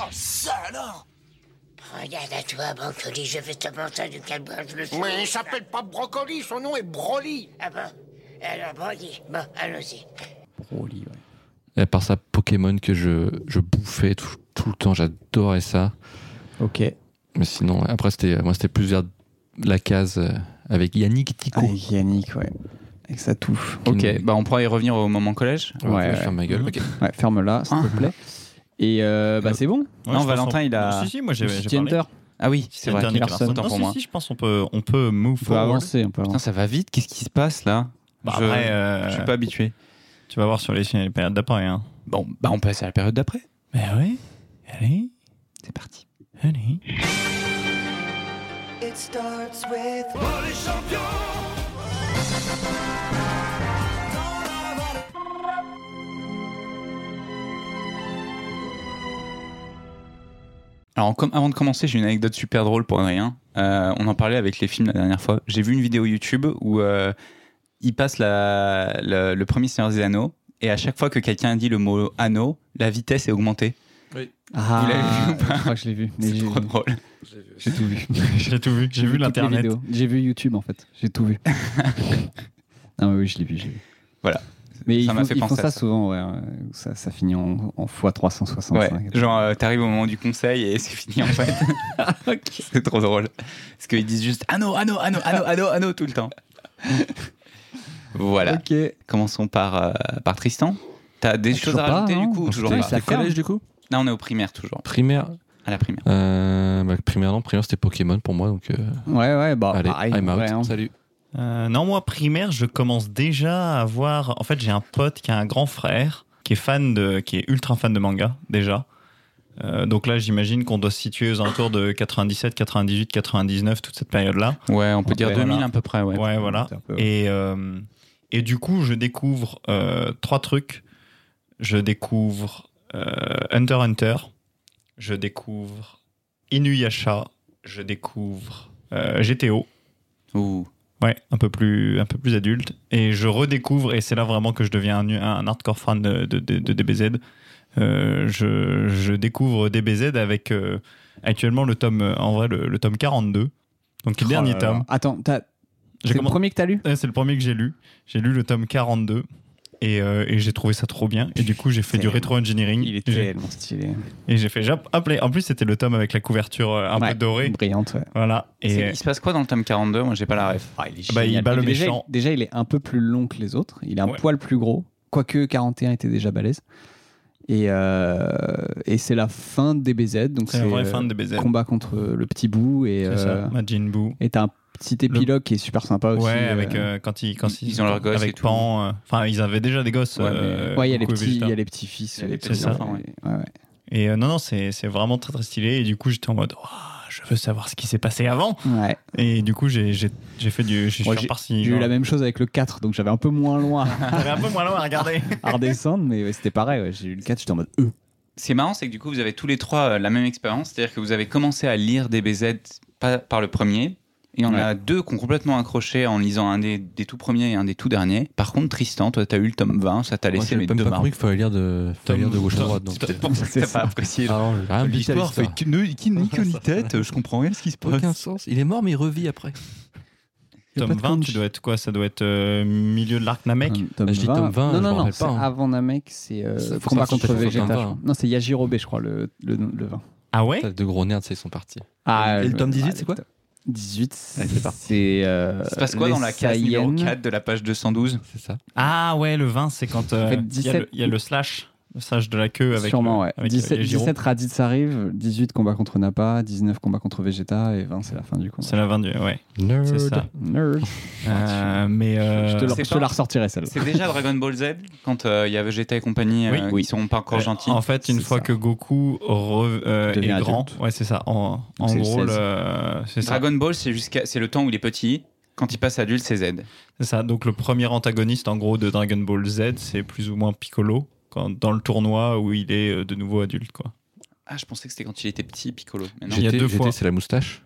Oh ça alors Regarde à toi, Brocoli, je vais te montrer du quel bras je le suis.
Mais il s'appelle pas Brocoli, son nom est Broly.
Ah bon Alors, Brocoli, bon, allons-y.
Broly, ouais.
Et à part ça, Pokémon que je, je bouffais tout, tout le temps, j'adorais ça.
Ok.
Mais sinon, après, c'était moi, c'était plus vers la case euh, avec Yannick et Tico.
Avec Yannick, ouais. Avec sa touffe.
Ok, bah on pourra y revenir au moment collège.
Ouais,
Ouais,
je ferme ma gueule. ok.
Ouais, ferme-la, s'il te plaît. Et euh, bah, c'est bon.
Non, Valentin, il a-
Si, si, moi j'ai j'ai
Petit
parlé.
Hunter.
Ah oui, c'est vrai.
Dernier
personne.
Autant
Non,
pour
si,
moi.
si, je pense qu'on peut, on peut move
On peut
forward.
avancer, on peut
Putain,
avancer.
ça va vite. Qu'est-ce qui se passe là
Bah,
je...
après, euh,
je suis pas habitué.
tu vas voir sur les chaînes les périodes d'après. Hein.
Bon, bah on passe à la période d'après.
Mais
Ben
oui, allez,
C'est parti.
allez.
Alors, comme, avant de commencer, j'ai une anecdote super drôle pour rien. Euh, on en parlait avec les films la dernière fois. J'ai vu une vidéo YouTube où euh, il passe la- la- le premier Seigneur des Anneaux et à chaque fois que quelqu'un dit le mot anneau, la vitesse est augmentée.
Ah,
Vous l'avez vu ou pas
je crois que je l'ai vu. mais
C'est
j'ai-
trop drôle.
J'ai tout vu.
J'ai tout vu, j'ai vu
toutes les
l'internet.
vidéos. J'ai vu YouTube, en fait. J'ai tout vu. non, mais oui, je l'ai vu, j'ai vu.
Voilà.
Mais
Ça
ils,
m'a
font,
fait
ils
penser
font
à
ça,
ça.
souvent, ouais. euh, Ça, ça finit en, en
Ouais,
x365.
genre euh, t'arrives au moment du conseil et c'est fini en fait. C'est trop drôle. Parce qu'ils disent juste anneau, anneau, anneau, anneau, anneau, anneau tout le temps. voilà.
Ok.
Commençons par, euh, par Tristan. T'as des
Ah,
choses
toujours
à rajouter
pas,
du
non
coup ou toujours
Putain,
pas
c'est la ferme.
Collège du coup
Là on est au primaire toujours.
Primaire.
À la primaire.
Euh, bah, primaire, non, primaire c'était Pokémon pour moi. Donc, euh,
Ouais, ouais, bah,
allez,
pareil,
I'm
en
out.
vrai, hein.
Salut.
Euh, non, moi, primaire, je commence déjà à voir. En fait, j'ai un pote qui a un grand frère qui est fan de, qui est ultra fan de manga déjà. Euh, donc là, j'imagine qu'on doit se situer aux alentours de 97, 98, 99, toute cette période-là.
Ouais, on peut dire
Voilà.
2000 à peu près, ouais.
Ouais, voilà.
C'est un peu-
Et, euh, et du coup, je découvre euh, trois trucs. Je découvre euh, Hunter x Hunter. Je découvre Inuyasha. Je découvre euh, GTO.
Ouh.
Ouais, un peu plus, un peu plus adulte. Et je redécouvre, et c'est là vraiment que je deviens un, un hardcore fan de, de- de- de DBZ. Euh, je, je découvre DBZ avec euh, actuellement le tome, euh, en vrai, le, le tome 42. Donc le
Oh
dernier
là
tome.
là. Attends, t'as-
J'ai
c'est le
commencé-
premier que t'as lu
Ouais, c'est le premier que j'ai lu. J'ai lu le tome 42 et, euh, et j'ai trouvé ça trop bien. Et du coup, j'ai fait
C'est-
du rétro-engineering.
Il est
J'ai-
tellement stylé.
Et j'ai fait. j'ai appelé- En plus, c'était le tome avec la couverture euh, un
Ouais,
peu dorée.
Brillante, ouais.
Voilà.
C'est-
Et euh,
Il se passe quoi dans le tome 42 Moi, j'ai pas la ref.
Ah, il est
Bah, il
génial.
bat le
déjà,
méchant.
il- déjà, il est un peu plus long que les autres. Il est un
Ouais.
poil plus gros. Quoique 41 était déjà balèze. Et, euh, et c'est la fin de DBZ. Donc
c'est
c'est
un vrai
euh,
fan de BZ.
combat contre le petit bout. Et
C'est
euh,
ça, Majin Buu.
et t'as un petit épilogue qui est super sympa aussi.
Ouais,
euh,
avec euh, quand ils quand
ils ont leurs gosses
avec
et tout.
Pan, euh, Enfin, ils avaient déjà des gosses.
Ouais, mais-
euh,
ouais, il y a les
Goku et
petits, il y
Vegeta.
a les petits fils, il y a les
C'est
petits
ça.
enfants. et- ouais, ouais.
Et euh, non, non, c'est c'est vraiment très très stylé. Et du coup, j'étais en mode, Ouah, je veux savoir ce qui s'est passé avant.
Ouais.
Et du coup, j'ai j'ai- j'ai fait du, je suis
Moi,
reparti.
J'ai eu
genre.
la même chose avec le 4, donc j'avais un peu moins loin
J'avais un peu moins loin à regarder.
à redescendre, mais ouais, c'était pareil. ouais. J'ai eu le 4, j'étais en mode E.
Ce qui est marrant, c'est que du coup, vous avez tous les trois euh, la même expérience, c'est-à-dire que vous avez commencé à lire DBZ pas par le premier, et on
Ouais.
a deux qui ont complètement accroché en lisant un des, des tout premiers et un des tout derniers. Par contre, Tristan, toi, t'as eu le tome 20, ça t'a
Moi,
laissé
j'ai
mes
même
deux
pas
marques.
compris qu'il fallait lire de, fallait lire de gauche à droite. Donc, euh,
C'est pour ça que
C'est
t'as
ça.
pas apprécié.
Ah non, j'ai rien compris à
L'histoire fait
l'histoire.
que- ne- qui- ni queue ni tête, je comprends rien à ce qui se passe.
aucun sens. hein. Il est mort, mais il revit après. Il a
Tome
pas de
20, tu
compte.
dois être quoi Ça doit être euh, milieu de l'arc Namek
Tome- tome
Ah, je dis tome
Non,
20, je
non,
me
non,
rappelle
c'est
pas, hein.
avant Namek, c'est euh,
Ça, faut
combat
sortir
contre
sur le tome
Vegeta.
20.
Non, c'est Yajirobe, je crois, le, le, le 20.
Ah ouais
De gros nerds, c'est ils sont partis.
Ah,
Et le tome 18, c'est quoi
le tome 18,
c'est parti.
c'est. euh,
Il se passe quoi
les
dans la case numéro
Saiyans.
4 de la page 212
C'est ça.
Ah ouais, le 20, c'est quand euh,
En fait,
il y, a
17.
le- il y a le slash, le slash de la queue avec.
Sûrement,
le-
ouais.
avec, euh,
17,
les gyros.
17 Raditz arrive, 18 combat contre Nappa, 19 combat contre Vegeta et 20 c'est la fin du combat.
C'est la 22, ouais.
Nerd.
C'est ça.
Nerd.
Euh, mais. euh,
Ah, je te, la-
c'est
je te
pas-
la ressortirai celle-là.
C'est déjà Dragon Ball Z, quand euh, il y a Vegeta et compagnie euh,
Oui, oui.
qui sont pas encore gentils.
En fait, une
C'est
fois
ça.
que Goku re- euh,
Devient
est grand,
adulte.
ouais, c'est ça. En, en
c'est le
gros,
16.
le- c'est ça.
Dragon Ball, c'est jusqu'à- c'est le temps où il est petit. Quand il passe adulte, c'est Z.
C'est ça. Donc le premier antagoniste, en gros, de Dragon Ball Z, c'est plus ou moins Piccolo quand, dans le tournoi où il est euh, de nouveau adulte, quoi.
Ah, je pensais que c'était quand il était petit, Piccolo. Mais non.
Il y a deux
GT,
fois.
c'est la moustache.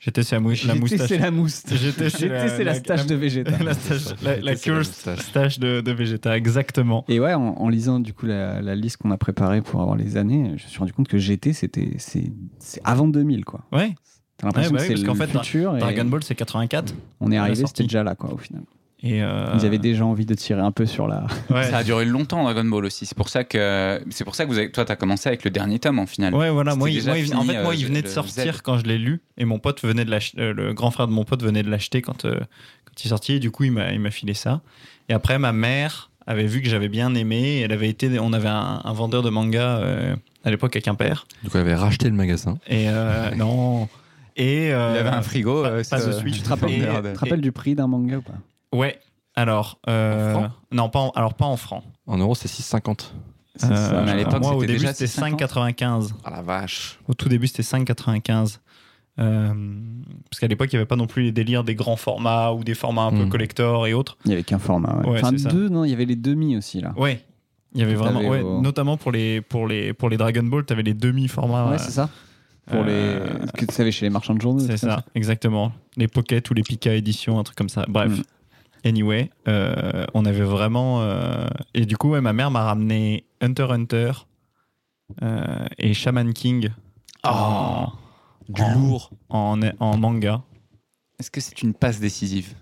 J'étais c'est la, mou- la
GT,
moustache.
c'est la moustache.
J'étais, c'est la-
GT, c'est la
la-
stache de Vegeta.
la stache, la, la
J'étais, c'est la
cursed
moustache.
stache de, de Vegeta, exactement.
Et ouais, en, en lisant du coup la, la liste qu'on a préparée pour avoir les années, je me suis rendu compte que GT c'était c'est c'est avant 2000 quoi.
Ouais,
T'as l'impression
Ouais, bah oui,
que
parce
c'est le
qu'en fait,
futur et
Dragon Ball c'est 84.
on est
la
arrivé,
sortie.
c'était déjà là quoi au final.
Et euh,
Ils avaient déjà envie de tirer un peu sur la.
ouais.
Ça a duré longtemps Dragon Ball aussi. C'est pour ça que c'est pour ça que vous avez, toi t'as commencé avec le dernier tome en final.
Ouais, voilà,
C'était
moi, il-
déjà
moi, il- en
fini,
fait, moi,
euh,
il venait de
le
sortir
Z.
quand je l'ai lu, et mon pote venait de l'ach- euh, le grand frère de mon pote venait de l'acheter quand, euh, quand il est sorti, et du coup, il m'a il m'a filé ça. Et après, ma mère avait vu que j'avais bien aimé, et elle avait été, on avait un, un vendeur de manga euh, à l'époque à Quimper,
Donc, on avait racheté le magasin.
et euh, non, et euh,
Il avait un frigo.
pas-
euh,
pas
ça-
de suite.
Tu te rappelles,
Et- Euh,
tu te rappelles du prix d'un manga ou pas
ouais, alors, euh,
En francs
non, pas en- alors pas en francs.
En euros, c'est 6,50.
C'est
Euh,
ça.
mais à l'époque,
moi, au
c'était
début,
déjà
c'était
6,50.
5,95.
Ah la vache.
Au tout début, c'était 5,95. Euh, parce qu'à l'époque, il n'y avait pas non plus les délires des grands formats ou des formats un peu
Mm.
collector et autres.
Il y avait qu'un format. ouais.
Ouais,
enfin
c'est ça.
deux, non, il y avait les demi aussi là.
Ouais. Il y avait
Tout
vraiment,
avait
ouais,
au-
notamment pour les, pour, les, pour les Dragon Ball, tu avais les demi-formats.
ouais,
euh,
c'est ça. Pour
euh,
les que tu savais chez les marchands de journaux.
C'est
tout
ça, exactement. Les Pocket ou les Pika édition, un truc comme ça. Bref.
Mm.
Anyway, euh, on avait vraiment. euh, Et du coup, ouais, ma mère m'a ramené Hunter x Hunter euh, et Shaman King. en-
Ah, Du
en-
lourd.
En, en manga,
Est-ce que c'est une passe décisive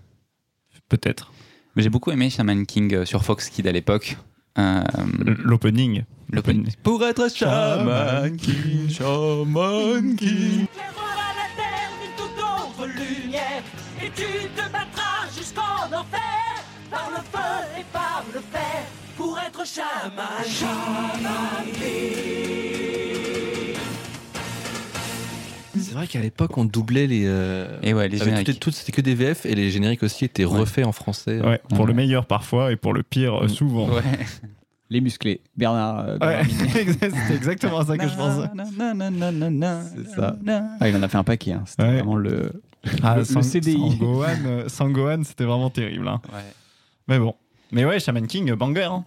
peut-être.
Mais j'ai beaucoup aimé Shaman King euh, sur Fox Kid à l'époque. Euh,
L- L'opening.
L'opening.
Pour être chaman king, chaman king.
à la terre d'une toute autre lumière Et tu te battras jusqu'en enfer Par le feu et par le fer Pour être chaman
C'est vrai qu'à l'époque, on doublait les. euh,
Et ouais, les
avec toutes les-
génériques.
toutes- c'était que des VF et les génériques aussi étaient refaits en français.
Ouais, pour le meilleur parfois et pour le pire euh, souvent.
Ouais.
Les musclés, Bernard. euh, Bernard
Ouais,
Minet.
c'est exactement ça que je pense.
C'est ça. Ah, il en a fait un paquet. hein. C'était
Ouais.
vraiment le,
Ah,
le- le
Sang-
CDI.
Sangohan, euh, Sangohan, c'était vraiment terrible. hein.
Ouais.
Mais bon. Mais ouais, Shaman King, euh, banger. hein.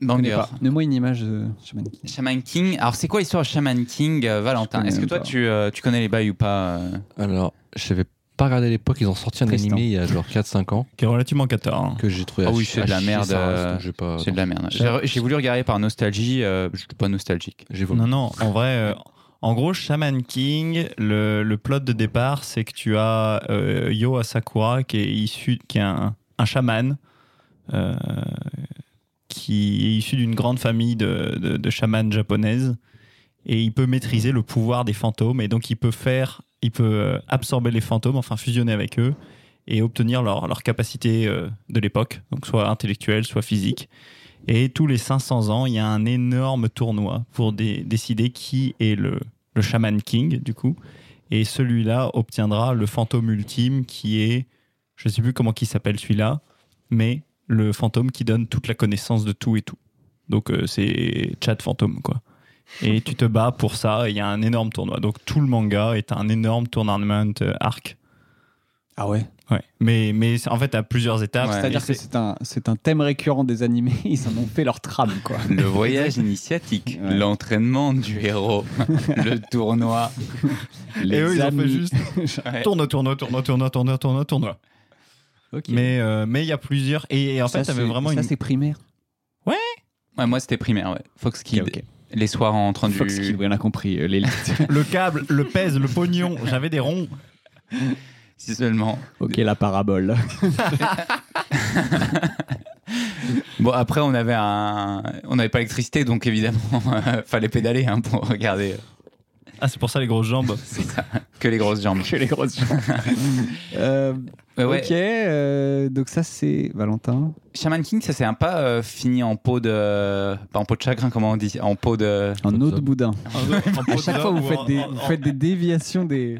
Je connais
Banger.
pas. Donne-moi une image euh, de Shaman King.
Shaman King. Alors, c'est quoi l'histoire de Shaman King, euh, Valentin
Je
Est-ce que
connais
toi,
pas.
tu, euh, tu connais les bails ou pas euh
Alors, je savais pas regardé à l'époque, ils ont sorti un
Tristan.
animé il y a genre 4-5 ans
Qui est relativement cateur. hein.
que j'ai trouvé
Ah
à
oui,
chi-
c'est de
à
la
chier,
merde,
ça reste,
euh,
donc j'ai pas-
C'est de la merde.
J'ai-
J'ai- J'ai voulu regarder par nostalgie. euh, je suis pas nostalgique.
J'ai vomi.
Non, non, en vrai, euh, en gros, Shaman King, le, le plot de départ, c'est que tu as euh, Yo Asakura qui est issu, qui est un, un chaman, euh, qui est issu d'une grande famille de, de, de chamans japonaises, et il peut maîtriser le pouvoir des fantômes, et donc il peut faire, il peut euh, absorber les fantômes, enfin fusionner avec eux, et obtenir leur, leur capacité euh, de l'époque, donc soit intellectuelle, soit physique. Et tous les 500 ans, il y a un énorme tournoi pour dé- décider qui est le, le Shaman King, du coup. Et celui-là obtiendra le fantôme ultime qui est, je sais plus comment qui s'appelle celui-là, mais le fantôme qui donne toute la connaissance de tout et tout. Donc euh, c'est Chat Fantôme, quoi. Et tu te bats pour ça, et il y a un énorme tournoi. Donc tout le manga est un énorme tournament euh, arc.
Ah ouais
Ouais. Mais, mais c'est- en fait, à plusieurs étapes.
Ouais.
C'est-à-dire
Et
que c'est un, c'est un thème récurrent des animés. Ils en ont fait leur trame, quoi.
Le voyage initiatique,
Ouais.
l'entraînement du héros, le tournoi.
Et eux, ils ont fait
amis.
juste tournoi, tournoi, tournoi, tournoi, tournoi, tournoi, tournoi.
Ok.
Mais euh, mais il y a plusieurs et, et en
Ça,
fait t'avais
c'est-
vraiment
ça,
une
c'est primaire.
Ouais, moi, c'était primaire. Ouais. Fox Kid.
Ok, ok.
Les soirs en train
Fox
du.
Kid, oui, on a compris. euh, L'élite.
le câble, le pèse, le pognon, j'avais des ronds.
Si seulement.
ok, la parabole.
Bon, après, on avait un. On n'avait pas l'électricité, donc évidemment, euh, fallait pédaler hein, pour regarder. euh,
Ah c'est pour ça les grosses jambes.
c'est ça. Que les grosses jambes.
que les grosses gens. Euh,
Bah
Ouais, ouais.
Ok, euh, donc ça, c'est Valentin.
Shaman King, ça c'est un pas euh, fini en peau de. Pas en peau de chagrin, comment on dit En peau de.
Un
Top,
autre
top.
boudin.
à
À chaque fois, vous faites, des, vous faites des déviations des.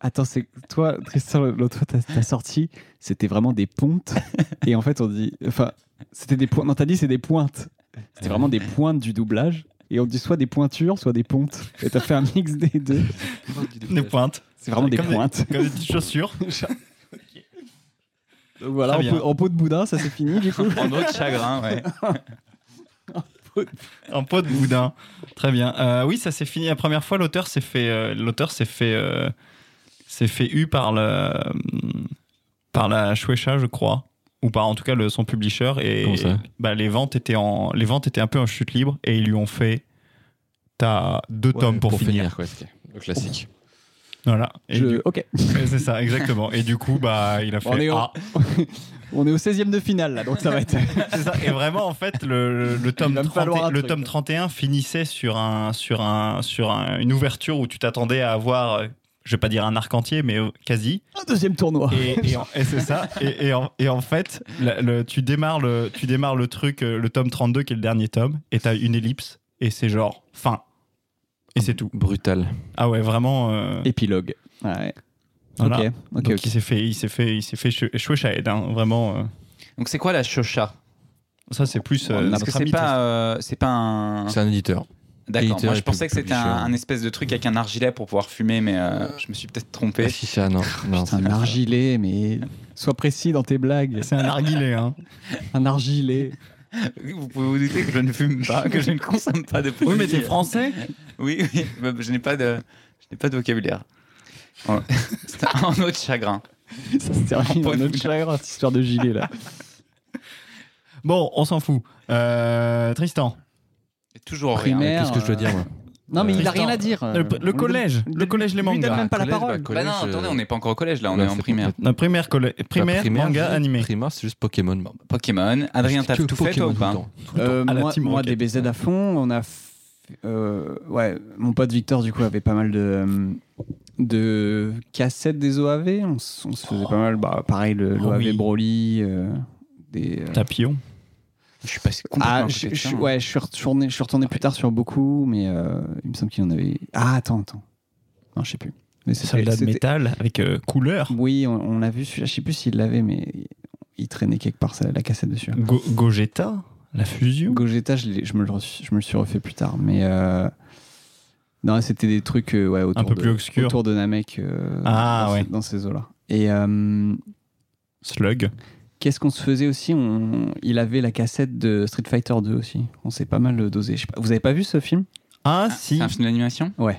Attends, c'est toi, Tristan, l'autre fois, t'as t'as sorti, c'était vraiment des pontes. Et en fait, on dit. Enfin, c'était des pointes. Non, t'as dit c'est des pointes. C'était vraiment des pointes du doublage. Et on dit soit des pointures, soit des pontes. Et t'as fait un mix des deux.
des pointes,
C'est vraiment des
Comme des-
pointes.
comme des petites chaussures.
Donc voilà, en
Très bien.
peau, en peau de boudin, ça c'est fini du coup.
En peau de chagrin, ouais.
Un pot de boudin. Très bien. Euh, oui, ça s'est fini la première fois. L'auteur s'est fait, euh, l'auteur s'est fait, euh, s'est fait eu par le, euh, par la Shueisha, je crois, ou par en tout cas le, son publisher. Et
Comment ça
bah, les ventes étaient en, les ventes étaient un peu en chute libre et ils lui ont fait, t'as deux tomes pour, finir.
quoi, c'était le classique.
Voilà. Et
Je-
du-
Ok,
c'est ça, exactement. Et du coup, bah, il a fait.
on est, au...
Ah.
on est au 16 e de finale là, donc ça va être.
C'est ça. Et vraiment, en fait, le, le- le tome,
va me
30
falloir un
le
truc,
tome
là.
31 finissait sur, un, sur, un, sur un- une ouverture où tu t'attendais à avoir, euh, je vais pas dire un arc entier, mais euh, quasi.
Un deuxième tournoi.
Et, et en- et c'est ça. Et, et en, et en fait, la- le- tu, démarres le, tu démarres le truc, euh, le tome 32 qui est le dernier tome, et t'as une ellipse, et c'est genre fin. Et c'est tout.
Brutal.
Ah ouais, vraiment. euh,
Épilogue. Ouais.
voilà.
Ok, ok,
Donc
ok.
il s'est fait, il s'est fait, il s'est fait chou- chouéchaed, hein, vraiment. euh.
Donc c'est quoi la chocha
ça c'est plus. euh,
Parce
notre
que
ami
c'est pas, euh, c'est pas un.
C'est un éditeur.
D'accord.
éditeur
Moi
et
je pensais que
publisher.
c'était un, un espèce de truc avec un argilet pour pouvoir fumer, mais euh, je me suis peut-être trompé.
Ah, si, ça, non. non
Putain, un argilé, mais sois précis dans tes blagues.
C'est un narguilé, hein.
Un argilé.
Vous pouvez vous douter que je ne fume pas, que je ne consomme pas de.
Oui, mais
produits.
t'es français
Oui, oui. Je n'ai pas de, je n'ai pas de vocabulaire. Ouais. C'est un autre chagrin.
Ça se termine
Point
en
de
autre
vue.
chagrin, cette histoire de gilet là.
Bon, on s'en fout. Euh, Tristan.
Et Toujours rien.
Primaire.
Qu'est-ce que je dois dire, moi
Non, mais il a
Tristan,
rien à dire. euh,
Le, le collège. Le collège, les
Il donne
mangas.
même pas la
Collège,
parole.
bah,
Bah
collège,
non,
euh,
attendez, on n'est pas encore au collège là, on
bah,
est en
c'est
primaire.
complètement-
La Primaire, collè- primaire,
Bah, primaire,
manga
je-
animé.
Primaire, c'est juste Pokémon.
Pokémon. Adrien, t'as
Que
tout fait toi
Pokémon
ou pas
tout le temps.
Euh,
à la
moi,
Team
moi
Rocket.
des baisers à fond. On a. f- euh, ouais, mon pote Victor, du coup, avait pas mal de. euh, de cassettes des OAV. On, s- on se faisait pas mal. Bah, pareil, le
Oh
l'OAV
oui.
Broly. euh, des, euh,
Tapillon.
Je suis passé complètement
Ah,
à
je,
côté de
je-
ça, hein.
ouais, je suis retourné, je suis retourné plus tard sur beaucoup, mais euh, il me semble qu'il y en avait. Ah, attends, attends. Non, je sais plus. Mais c'était-
Soldat de
c'était-
métal avec euh, couleur.
Oui, on, on l'a vu celui-là. Je sais plus s'il l'avait, mais il traînait quelque part ça- la cassette dessus. hein.
Go- Gogeta La fusion
Gogeta, je, l'ai- je me le, refi- je me le suis refait plus tard, mais. euh, Non, c'était des trucs euh, ouais, autour,
Un peu
de,
plus obscurs.
autour de Namek euh,
Ah,
dans,
ouais.
ces- dans ces eaux-là. Et euh,
Slug.
qu'est-ce qu'on se faisait aussi On- Il avait la cassette de Street Fighter 2 aussi. On s'est pas mal dosé. Je sais pas- Vous avez pas vu ce film
Ah, si.
C'est un film d'animation
Ouais.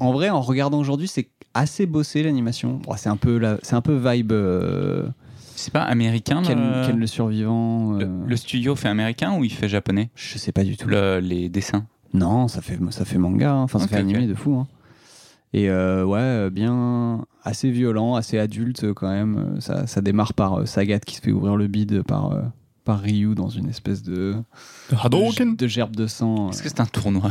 En vrai, en regardant aujourd'hui, c'est assez bossé l'animation. Bon, c'est un peu la- c'est un peu vibe euh,
C'est pas américain
Ken,
le...
Ken le survivant. euh,
Euh. le- le studio fait américain ou il fait japonais
Je sais pas du tout.
Le- Les dessins
Non, ça fait ça fait manga. hein. Enfin, ça
Ok,
fait animé
ok.
de fou. hein. Et euh, ouais, euh, bien assez violent, assez adulte euh, quand même. Euh, Ça, ça démarre par euh, Sagat qui se fait ouvrir le bide par euh, par Ryu dans une espèce de de,
Hadouken
de gerbe de sang.
Ah,
euh.
Est-ce que c'est un tournoi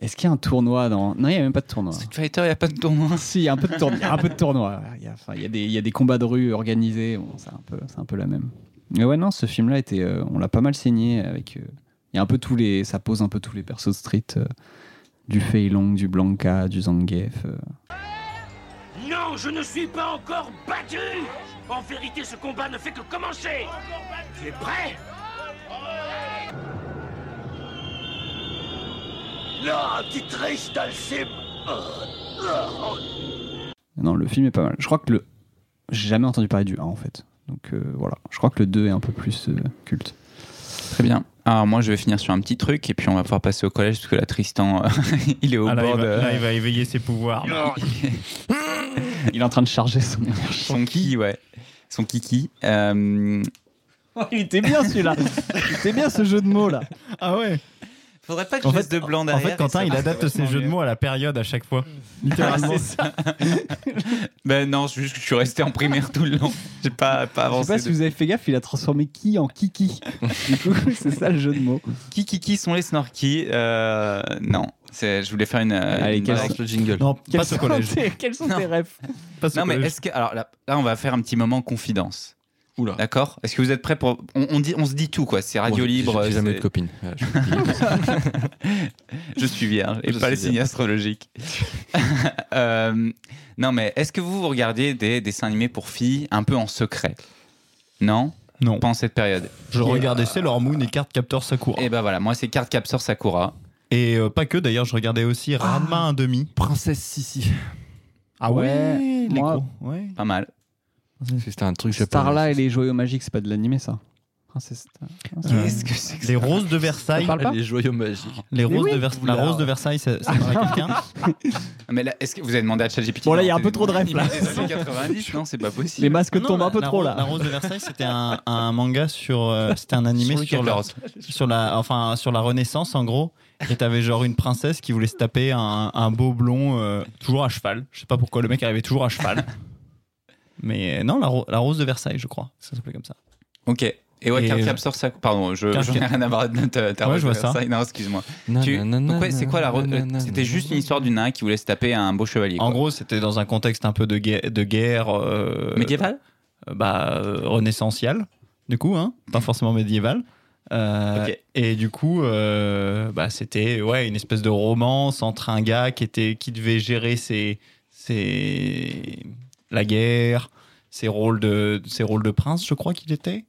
Est-ce qu'il y a un tournoi dans Non, il y a même pas de tournoi.
Street Fighter, il n'y a pas de tournoi
Si, il y a un peu de tournoi. Il y a un peu de tournoi. Il y a, enfin, il y a des, il y a des combats de rue organisés. Bon, c'est un peu, c'est un peu la même. Mais ouais, non, ce film-là était, euh, on l'a pas mal saigné avec. euh, il y a un peu tous les, ça pose un peu tous les persos de street, euh, du Fei Long, du Blanca, du Zangief. euh.
Non, je ne suis pas encore battu En vérité, ce combat ne fait que commencer Tu es prêt Non, tu triches dans ces...
Non, le film est pas mal. Je crois que le, j'ai jamais entendu parler du 1 en fait. Donc euh, voilà, je crois que le 2 est un peu plus euh, culte.
Très bien. Alors moi je vais finir sur un petit truc et puis on va pouvoir passer au collège parce que là Tristan euh, il est au
Ah, là, il
bord
va,
de
là, il va éveiller ses pouvoirs.
Il est en train de charger son énergie.
son ki ouais. Son kiki. Euh,
il était bien celui-là. Il était bien ce jeu de mots là.
Ah ouais
Faudrait pas que
En
je
fait-
laisse de blanc
En
derrière.
fait, Quentin,
et ça
il
marche
adapte ses
vachement
jeux de
mieux.
mots à la période à chaque fois. Ah,
Littéralement.
Ben non, c'est juste que je suis resté en primaire tout le long. J'ai pas, pas
Je sais
avancé.
pas si vous avez fait gaffe, il a transformé qui en kiki. du coup, c'est ça le jeu de mots.
Qui, qui, qui sont les snorkies Euh, Non, c'est, je voulais faire une. euh,
Allez,
une
quels
balance.
Balance le jingle.
Non,
Quels
pas au
sont
collège.
tes- Quels sont
Non.
tes rêves
Passe au
Non, mais
collège.
est-ce que. Alors là, là, on va faire un petit moment confidence.
Oula.
D'accord Est-ce que vous êtes prêts pour. On, on dit, on se dit tout, quoi. C'est radio
Bon, j'ai-
libre.
J'ai jamais eu
c'est-
de copine. Voilà, je-
Je suis vierge et
Je
pas
suis
les signes
vierge.
astrologiques. Euh, non, mais est-ce que vous, vous regardiez des dessins animés pour filles un peu en secret Non
Non.
Pendant cette période.
Je regardais Sailor Moon et Carte Captor Sakura.
Et ben voilà, moi, c'est Card Captor Sakura.
Et euh, pas que, d'ailleurs, je regardais aussi
Ah.
Ranma 1 demi.
Princesse Sissi.
Ah
ouais,
ouais, les
moi-
gros. Ouais.
Pas mal.
Parce que C'était un truc japonais.
Starla et les joyaux magiques, c'est pas de l'animé ça. Princesse. Princesse-
Euh,
Qu'est-ce que c'est que ça
Les roses
Ça
de Versailles.
parle pas
Les joyaux magiques.
Les roses
oui.
de Versailles. La rose de Versailles, ça, ça parle à quelqu'un
Mais là, est-ce que vous avez demandé à ChatGPT
Bon, là, il y a
d'inventer
un peu
des
trop de rêves, là.
animés des années 90 Non, c'est pas possible.
Les masques
Non,
tombent
la-
un peu
la
trop
rose-
là.
La rose de Versailles, c'était un, un manga sur. euh, c'était un animé
Sur Louis
sur, la-
XIV.
sur la, enfin, sur la Renaissance, en gros. Et t'avais genre une princesse qui voulait se taper un, un beau blond, euh, toujours à cheval. Je sais pas pourquoi le mec arrivait toujours à cheval. Mais euh, non, la, ro- la rose de Versailles, je crois. Ça s'appelait comme ça.
Ok. Et ouais,
Et-
Card Captor Sakura. Pardon, je,
Card
je n'ai rien à voir de ta, ta
Ouais,
rose
je vois
de
ça.
Versailles. Non, excuse-moi. Tu- donc ouais, c'est quoi la re- euh, C'était juste une histoire d'une nain qui voulait se taper un beau chevalier.
En
quoi.
gros, c'était dans un contexte un peu de guerre. De guerre euh,
Médiéval
euh, bah, euh, renaissancial, du coup, hein, pas forcément médiéval. Euh,
Ok.
Et du coup, euh, bah, c'était ouais, une espèce de romance entre un gars qui, était, qui devait gérer ses, ses- la guerre, ses rôles, de, ses rôles de prince, je crois qu'il était.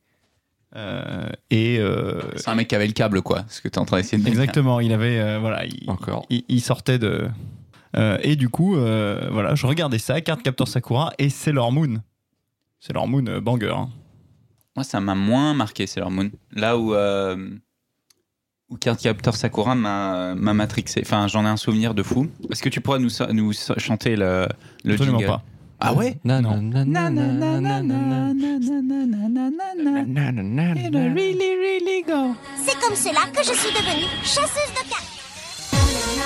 Euh, et euh,
C'est un mec qui avait le câble, quoi. Ce que t'es en train d'essayer de dire.
exactement, il avait euh, voilà,
Oh.
il,
Encore.
il, il sortait de. Euh, et du coup, euh, voilà, je regardais ça, carte Captor Sakura et Sailor Moon. Sailor Moon, euh, banger. hein.
Moi, ça m'a moins marqué, Sailor Moon. Là où, euh, où Card Captor Sakura m'a m'a matrixé. Enfin, j'en ai un souvenir de fou. Est-ce que tu pourras nous, so- nous so- chanter le, le
Absolument
jingle
pas.
Ah ouais
Non.
C'est comme cela que je suis devenue chasseuse de cartes.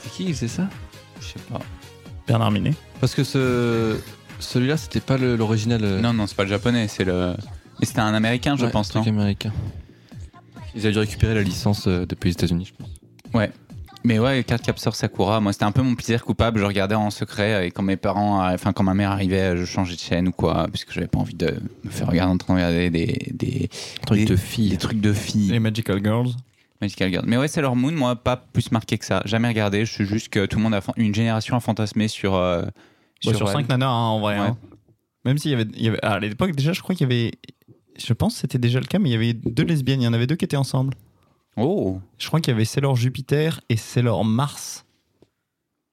C'est qui qui faisait ça
Je sais pas.
Bernard Minet.
Parce que ce. Celui-là, c'était pas le- l'original. euh,
Non, non, c'est pas le japonais, c'est le. Mais c'était un américain, je
ouais,
pense,
truc
non
américain. Ils avaient dû récupérer la licence euh, depuis les États-Unis, je pense.
Mais ouais, Card Captor Sakura, moi c'était un peu mon plaisir coupable. Je regardais en secret et quand mes parents, arri- enfin quand ma mère arrivait, je changeais de chaîne ou quoi, puisque j'avais pas envie de me faire regarder en train de regarder des, des, des,
filles.
des trucs de filles.
Les Magical Girls.
Magical Girl. Mais ouais, Sailor Moon, moi, pas plus marqué que ça. Jamais regardé. Je suis juste que tout le monde a fan- une génération a fantasmé sur. euh,
Bon, sur
elle.
5 nanas, hein, en vrai.
Ouais.
hein. Même s'il y avait, il y avait- À l'époque, déjà, je crois qu'il y avait. Je pense que c'était déjà le cas, mais il y avait deux lesbiennes. Il y en avait deux qui étaient ensemble.
Oh
Je crois qu'il y avait Sailor Jupiter et Sailor Mars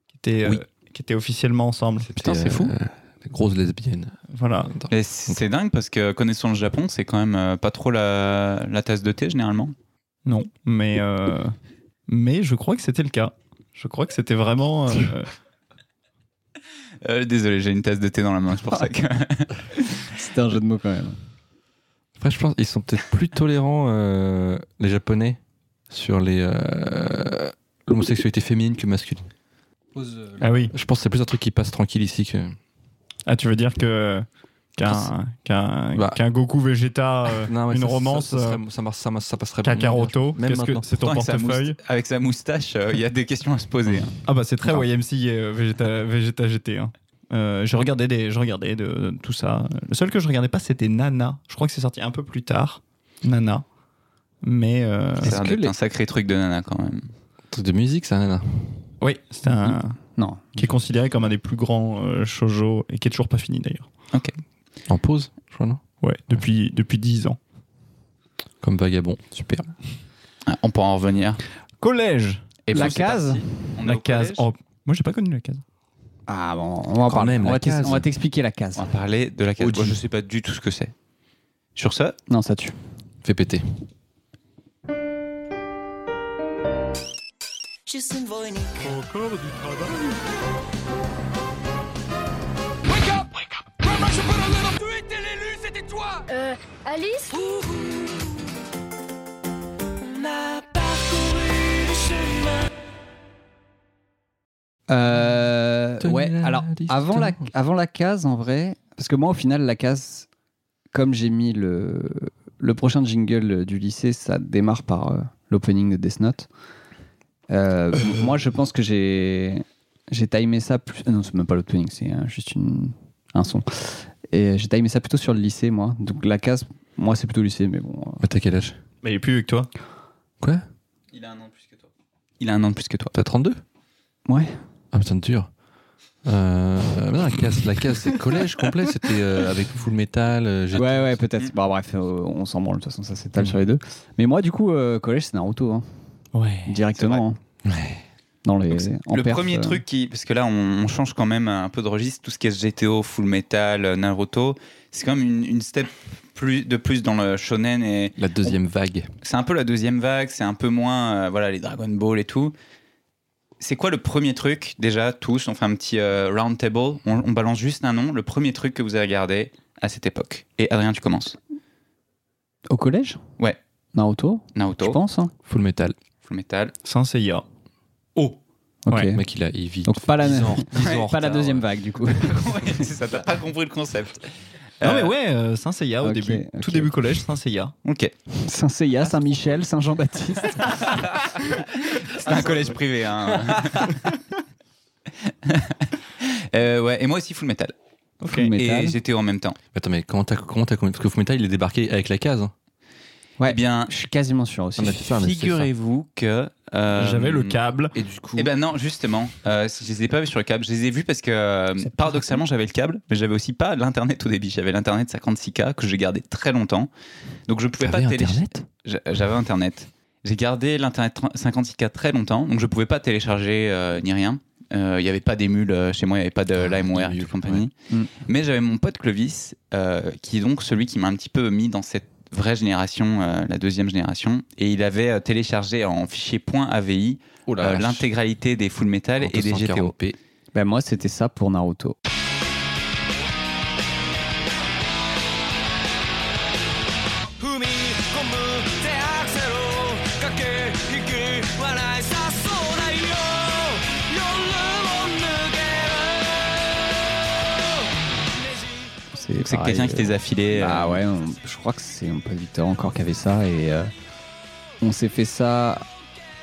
qui étaient, euh,
Oui.
qui étaient officiellement ensemble.
Putain, c'est fou.
euh, Des grosses lesbiennes.
Voilà.
Mais C'est c'est dingue parce que connaissant le Japon, c'est quand même euh, pas trop la, la tasse de thé généralement.
Non, mais, euh, mais je crois que c'était le cas. Je crois que c'était vraiment. euh,
Euh, désolé, j'ai une tasse de thé dans la main, c'est pour ça que.
C'était un jeu de mots quand même.
Après, je pense qu'ils sont peut-être plus tolérants, euh, les Japonais, sur les euh, l'homosexualité féminine que masculine.
Ah oui.
Je pense que c'est plus un truc qui passe tranquille ici que.
Ah, tu veux dire que. Qu'un qu'un
Bah.
qu'un Goku Vegeta, euh,
Non, mais
une
ça- ça-
romance, euh,
ça, serait- ça, marche- ça marche- ça passerait pas.
Kakaroto,
Même
qu'est-ce que
maintenant.
c'est ton
Avec sa,
portefeuille
mousta- avec sa moustache, euh, il y a des questions à se poser. hein.
Ah bah c'est très
Ah.
YMC et euh, Vegeta, Vegeta GT. hein. Euh, je regardais, des, je regardais de, de tout ça. Le seul que je regardais pas, c'était Nana. Je crois que c'est sorti un peu plus tard. Nana. Mais euh,
Ça a l'air
que
d'être
les-
un sacré truc de nana quand même.
Un truc de musique, ça, nana.
oui, c'est un
Mm-hmm.
Non.
qui est considéré comme un des plus grands euh, shoujo et qui est toujours pas fini d'ailleurs.
En pause, je crois, non
Ouais, depuis depuis 10 ans.
Comme vagabond. Super.
Ah, on peut en revenir.
Collège,
Et
La
puis, c'est
case
parti. On est
la
au
case.
collège.
Oh, moi j'ai pas connu la case.
Ah bon, on va en
Quand
parler.
même,
on,
la
va t'ex-
case.
on va t'expliquer la case.
On va parler de la case.
Audi.
Moi, je sais pas du tout ce que c'est. Sur ce,
Non, ça tue.
Fais péter.
Tchussen, Voynik.
Euh, Alice
Euh,
Tenez
ouais,
la
alors
distance.
avant la, avant la case, en vrai, parce que moi au final, la case, comme j'ai mis le, le prochain jingle euh, du lycée, ça démarre par euh, l'opening de Death Note. Euh, moi je pense que j'ai j'ai timé ça plus. euh, Non, c'est même pas l'opening, c'est euh, juste une, un son. Et j'ai timé ça plutôt sur le lycée, moi. Donc la case, moi c'est plutôt lycée, mais bon. euh,
Mais t'as quel âge
Mais il est plus vieux que toi.
Quoi
il a un an de plus que toi. Il a un an de plus que toi.
T'as 32
Ouais.
Ah putain, dur. Euh, non, la case, la case, c'est collège complet. C'était euh, avec Full Metal. euh, j'ai-
Ouais, ouais, peut-être. Bon, bref, euh, on s'en branle, de toute façon, ça s'étale sur les deux. Mais moi, du coup, euh, collège, c'est Naruto, hein,
Ouais.
directement. hein.
Ouais.
Dans les,
Donc,
en
le
perf,
premier
euh,
truc qui. Parce que là, on, on change quand même un peu de registre. Tout ce qui est GTO, Full Metal, euh, Naruto, c'est quand même une, une step plus, de plus dans le shonen. Et
La deuxième vague.
c'est un peu la deuxième vague, c'est un peu moins euh, voilà, les Dragon Ball et tout. C'est quoi le premier truc Déjà, tous, on fait un petit euh, round table. On, on balance juste un nom. Le premier truc que vous avez regardé à cette époque. Et Adrien, tu commences.
Au collège
Ouais.
Naruto, je
Naruto,
pense. hein.
Full Metal.
Full Metal.
Saint Seiya. Oh.
Ok.
Ouais,
Le mec, il, a, il vit.
Donc pas la,
10 ans, 10 ans en
pas la
retard.
deuxième vague, du coup.
ouais, c'est ça, t'as pas compris le concept.
Non mais
Euh,
ouais, euh, Saint Seiya au
ok,
début,
ok.
tout début collège, Saint Seiya.
Ok.
Saint-Seiya, Saint-Michel, Saint-Jean-Baptiste.
C'était un collège privé. Hein. Euh, ouais, et moi aussi Full Metal.
Ok.
Full Metal.
Et j'étais en même temps.
Attends, mais comment t'as comment t'as connu Parce que Full Metal, il est débarqué avec la case. hein.
Ouais.
Eh bien,
Je suis quasiment sûr aussi.
Ah, mais c'est ça, mais c'est ça.
figurez-vous que. euh,
J'avais le câble.
Et du coup.
Eh ben non, justement, euh, je les ai pas vus sur le câble. Je les ai vus parce que euh, paradoxalement j'avais le câble, mais j'avais aussi pas l'internet au débit. J'avais l'internet 56K que j'ai gardé très longtemps, donc je pouvais pas
T'avais
télécharger.
Internet
J'a- J'avais Internet. J'ai gardé l'Internet 30 56K très longtemps, donc je pouvais pas télécharger euh, ni rien. Euh, Il y n'y avait pas d'émule euh, chez moi, il n'y avait pas de
Ah,
LimeWare et
d'émule,
toute compagnie.
ouais. Mm.
Mais j'avais mon pote Clovis, euh, qui est donc celui qui m'a un petit peu mis dans cette vraie génération, euh, la deuxième génération. Et il avait euh, téléchargé en fichier .avi
Oh
euh, l'intégralité des Full Metal et des GTO.
Ben, moi, c'était ça pour Naruto.
Donc C'est
pareil,
quelqu'un qui
euh,
les a filés. euh,
Ah ouais, on- je crois que c'est mon pote Victor encore qui avait ça et euh, on s'est fait ça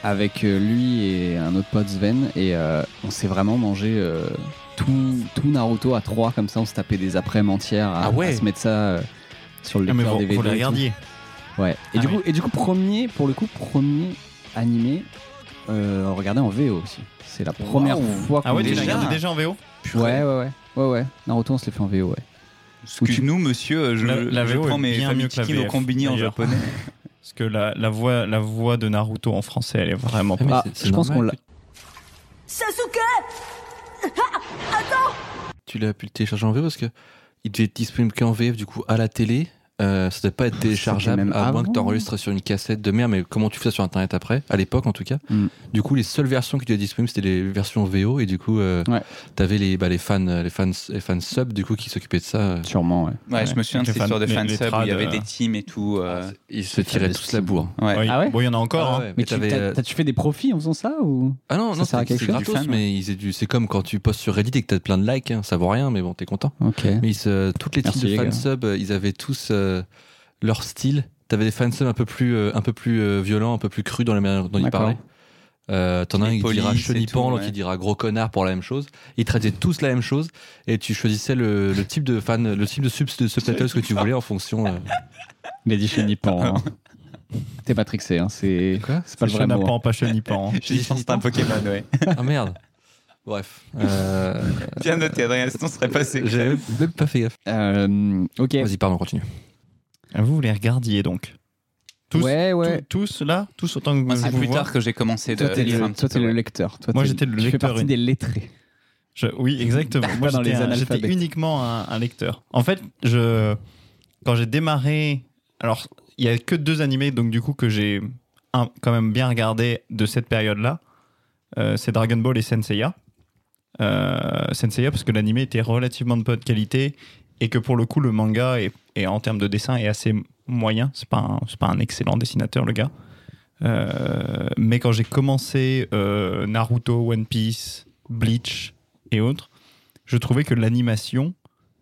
avec euh, lui et un autre pote Sven et euh, on s'est vraiment mangé euh, tout, tout Naruto à trois comme ça on se tapait des après-midi entières à,
Ah ouais.
à se mettre ça euh, sur le
Ah, mais
lecteur
vous-
DVD
vous le
et tout.
regardiez.
ouais et
Ah
du
oui.
coup et du coup premier pour le coup premier animé euh, regardé en VO aussi c'est la première fois
Ah ouais,
qu'on
tu l'as
l'a
regardé déjà en VO
Ouais, ouais, ouais, ouais, ouais. Naruto, on se l'est fait en VO, ouais.
Excuse-nous, monsieur, euh, je,
La- la
je
VO est
prends mes
bien mieux que la
Famicom au
VF,
combini en
d'ailleurs.
japonais.
Parce que la, la, voix, la voix de Naruto en français, elle est vraiment
Ah, mais
Bah,
pas.
c'est- c'est Je pense normal. qu'on
Sasuke
Tu l'as pu le télécharger en VF parce que il devait être disponible qu'en VF du coup à la télé. Euh, ça devait pas être téléchargeable
même
à moins que
avant.
tu enregistres sur une cassette de merde, mais comment tu fais ça sur internet après À l'époque en tout cas.
Mm.
Du coup, les seules versions qui devaient être disponibles c'était les versions VO et du coup, euh,
Ouais.
t'avais les, bah, les fans, les fans, les fans sub du coup qui s'occupaient de ça. euh,
Sûrement, ouais.
Ouais, je me souviens de
Les
cette histoire de
fans-
fansub
les-
où
les
il y
trad,
avait
euh, Ah,
des teams et tout. euh,
ils se tiraient tous la bourre.
ouais.
Oui.
Ah ouais
Bon, il y en a encore.
Ah
hein.
ouais,
Mais
mais
tu
t'avais, euh,
as, tu fais des profits en faisant ça ou
Ah non,
Ça
non,
sert à
c'est
quelque
c'est
chose
gratos,
Du fan,
mais ils aient du- c'est comme quand tu postes sur Reddit et que t'as plein de likes, hein, ça vaut rien, mais bon, t'es content.
Ok.
Mais ils se- toutes les
Merci,
teams de
les gars.
fansub, euh, ils avaient tous euh, leur style. T'avais des fansub un peu plus, euh, un peu plus euh, violents, un peu plus crus dans la manière dont ils
D'accord.
parlaient. Euh, T'en as un
Les
qui dira
polices et tout,
chenipan, l'autre
ouais.
qui dira gros connard pour la même chose. Ils traitaient tous la même chose et tu choisissais le, le type de fan, le type de sub de subtitles que tu voulais en fonction. euh,
Il a dit chenipan. hein. T'es pas trixé, hein. c'est
Quoi
c'est pas le vrai mot. hein.
Chenapan, pas Chenipan.
J'ai dit c'est un Pokémon, ouais.
Ah merde. Bref. Euh,
Bien noté, Adrien, sinon ce serait Ah, passé.
J'avais même pas fait gaffe.
Euh, ok.
Vas-y, pardon, continue.
Ah, Vous, vous les regardiez donc tous,
Ouais,
tous-
ouais.
Tous là Tous autant que
Moi,
je
Ah, c'est
vous
plus
vois.
tard que j'ai commencé de
Toi, t'es
lire
le,
un petit
toi, t'es
peu,
le
ouais.
lecteur. Toi,
Moi,
t'es-
j'étais le
tu fais
lecteur
partie
unique.
des lettrés.
Je- oui, exactement. Moi,
Pas dans les
j'étais un- j'étais
analphabètes.
uniquement un, un lecteur. En fait, je, quand j'ai démarré, alors il y a que deux animés, donc du coup que j'ai un- quand même bien regardé de cette période-là, Euh, c'est Dragon Ball et Senseiya. Euh, Senseiya parce que l'animé était relativement de bonne qualité et que pour le coup le manga est, est, en termes de dessin est assez moyen. C'est pas un- c'est pas un excellent dessinateur le gars. Euh, mais quand j'ai commencé euh, Naruto, One Piece, Bleach et autres, je trouvais que l'animation,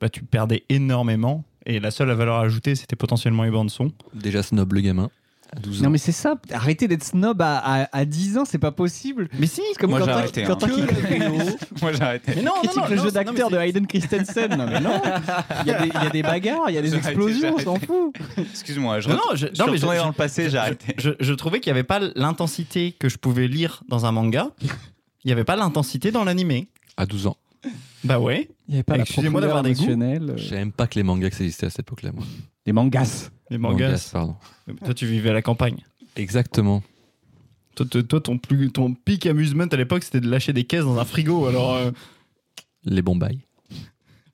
bah, tu perdais énormément. Et la seule valeur ajoutée, c'était potentiellement les bandes son.
Déjà snob le gamin. À 12 ans.
Non, mais c'est ça. Arrêtez d'être snob à, à, à 10 ans, c'est pas possible.
Mais si
C'est comme
Moi,
quand
j'ai
t'as-
arrêté,
quand
hein.
t'as que le VO,
Moi, j'ai arrêté.
non,
critique le jeu d'acteur de Hayden Christensen. Non, mais non. Il y, a des- il y a des bagarres, il y a des
J'ai arrêté,
explosions, on
j'ai
s'en fout.
Excuse-moi, je
Non,
re-
non, je-
je suis
non, mais je-
retourné
je-
dans le passé, j'ai arrêté.
Je, je trouvais qu'il n'y avait pas l'intensité que je pouvais lire dans un manga. Il n'y avait pas l'intensité dans l'animé.
À 12 ans.
Bah ouais.
Il y avait pas
la
la
Excusez-moi d'avoir des goûts.
euh,
Je savais même pas que les mangas existaient à cette époque-là, moi.
Les mangas.
Les mangas.
pardon.
Toi, tu vivais à la campagne.
Exactement.
Toi, toi- toi, ton, plus, ton pic amusement à l'époque, c'était de lâcher des caisses dans un frigo. Alors, euh,
Les Bombay.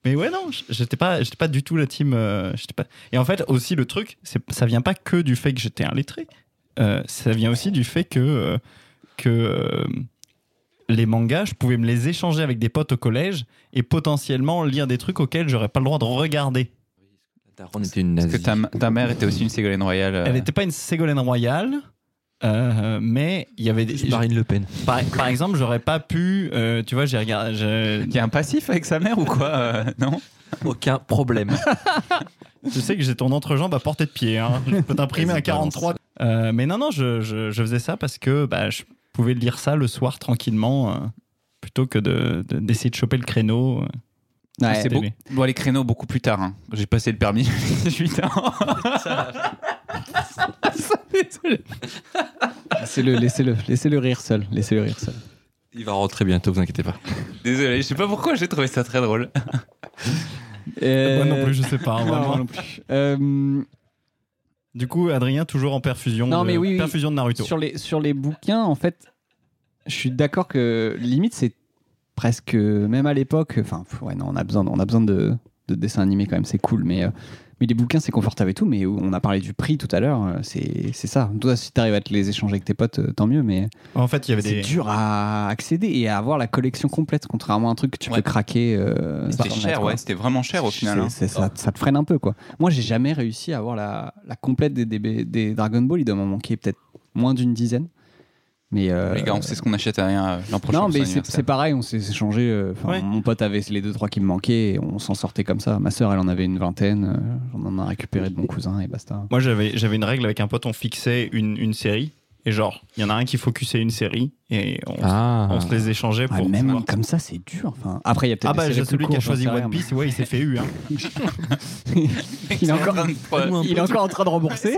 Mais ouais, non, j- j'étais pas, j'étais pas du tout la team. euh, j'étais pas... Et en fait, aussi, le truc, c'est, ça vient pas que du fait que j'étais un lettré. Euh, ça vient aussi du fait que, euh, que euh, les mangas, je pouvais me les échanger avec des potes au collège et potentiellement lire des trucs auxquels j'aurais pas le droit de regarder.
Daron était une
Parce que
nazie.
ta, ta mère était aussi une Ségolène Royale. euh,
Elle n'était pas une Ségolène Royale. euh, mais il y avait des.
Marine Le Pen.
Par, par exemple, j'aurais pas pu. euh, tu vois, j'ai regardé. je-
Il y a un passif avec sa mère ou quoi euh, Non
Aucun problème.
Tu sais que j'ai ton entrejambe à portée de pied. Hein. Je peux t'imprimer à
Vas-y, balance.
43. Euh, mais non, non, je, je- je faisais ça parce que bah, je pouvais lire ça le soir tranquillement euh, plutôt que d'essayer de, d'essayer de choper le créneau. euh.
Ah,
C'est beau.
télé.
Bon, les créneaux, beaucoup plus tard. hein. J'ai passé le permis, j'ai 18 ans.
Laissez-le, laissez-le, laissez-le rire seul. Laissez-le rire seul.
Il va rentrer bientôt, vous inquiétez pas.
Désolé, je sais pas pourquoi j'ai trouvé ça très drôle.
Moi non plus, je sais pas.
Euh,
hein,
Non,
vraiment.
moi non plus. Euh,
Du coup, Adrien, toujours en perfusion,
Non,
de,
mais oui, oui.
perfusion de Naruto.
sur, les, sur les bouquins, en fait, je suis d'accord que limite, c'est presque, même à l'époque, enfin, pff, ouais, non, on a besoin, on a besoin de, de dessins animés quand même, c'est cool, mais, euh, mais les bouquins, c'est confortable et tout, mais on a parlé du prix tout à l'heure, euh, c'est c'est ça. Toi, si t'arrives à te les échanger avec tes potes, euh, tant mieux, mais
En fait, il y avait
c'est
des.
dur à accéder et à avoir la collection complète, contrairement à un truc que tu
Ouais.
peux craquer. euh, sur
C'était
Internet,
cher,
quoi.
ouais, c'était vraiment cher au final. hein.
C'est- c'est- ça, ça te freine un peu, quoi. Moi, j'ai jamais réussi à avoir la, la complète des, DB des Dragon Ball. Il doit m'en manquer peut-être moins d'une dizaine. Mais euh,
Les gars, on sait ce qu'on achète à rien euh, l'an prochain. pour
non,
son
mais c'est-
anniversaire.
c'est pareil, on s'est échangé. euh, enfin,
Ouais.
Mon pote avait les deux trois qui me manquaient, et on s'en sortait comme ça. Ma sœur, elle en avait une vingtaine. euh, J'en en ai récupéré de mon cousin et basta.
Moi, j'avais j'avais une règle avec un pote, on fixait une, une série Et genre, il y en a un qui focusait une série et on, s-
Ah.
on se les échangeait
Ouais,
pour.
même
pouvoir-
comme ça, c'est dur. Enfin, après, il y a peut-être
Ah bah,
des séries
j'ai
plus
celui qui a
courtes,
choisi
j'en sais rien,
One Piece, ouais, il s'est fait eu. Hein.
mais- Il est encore, il est encore en train de rembourser.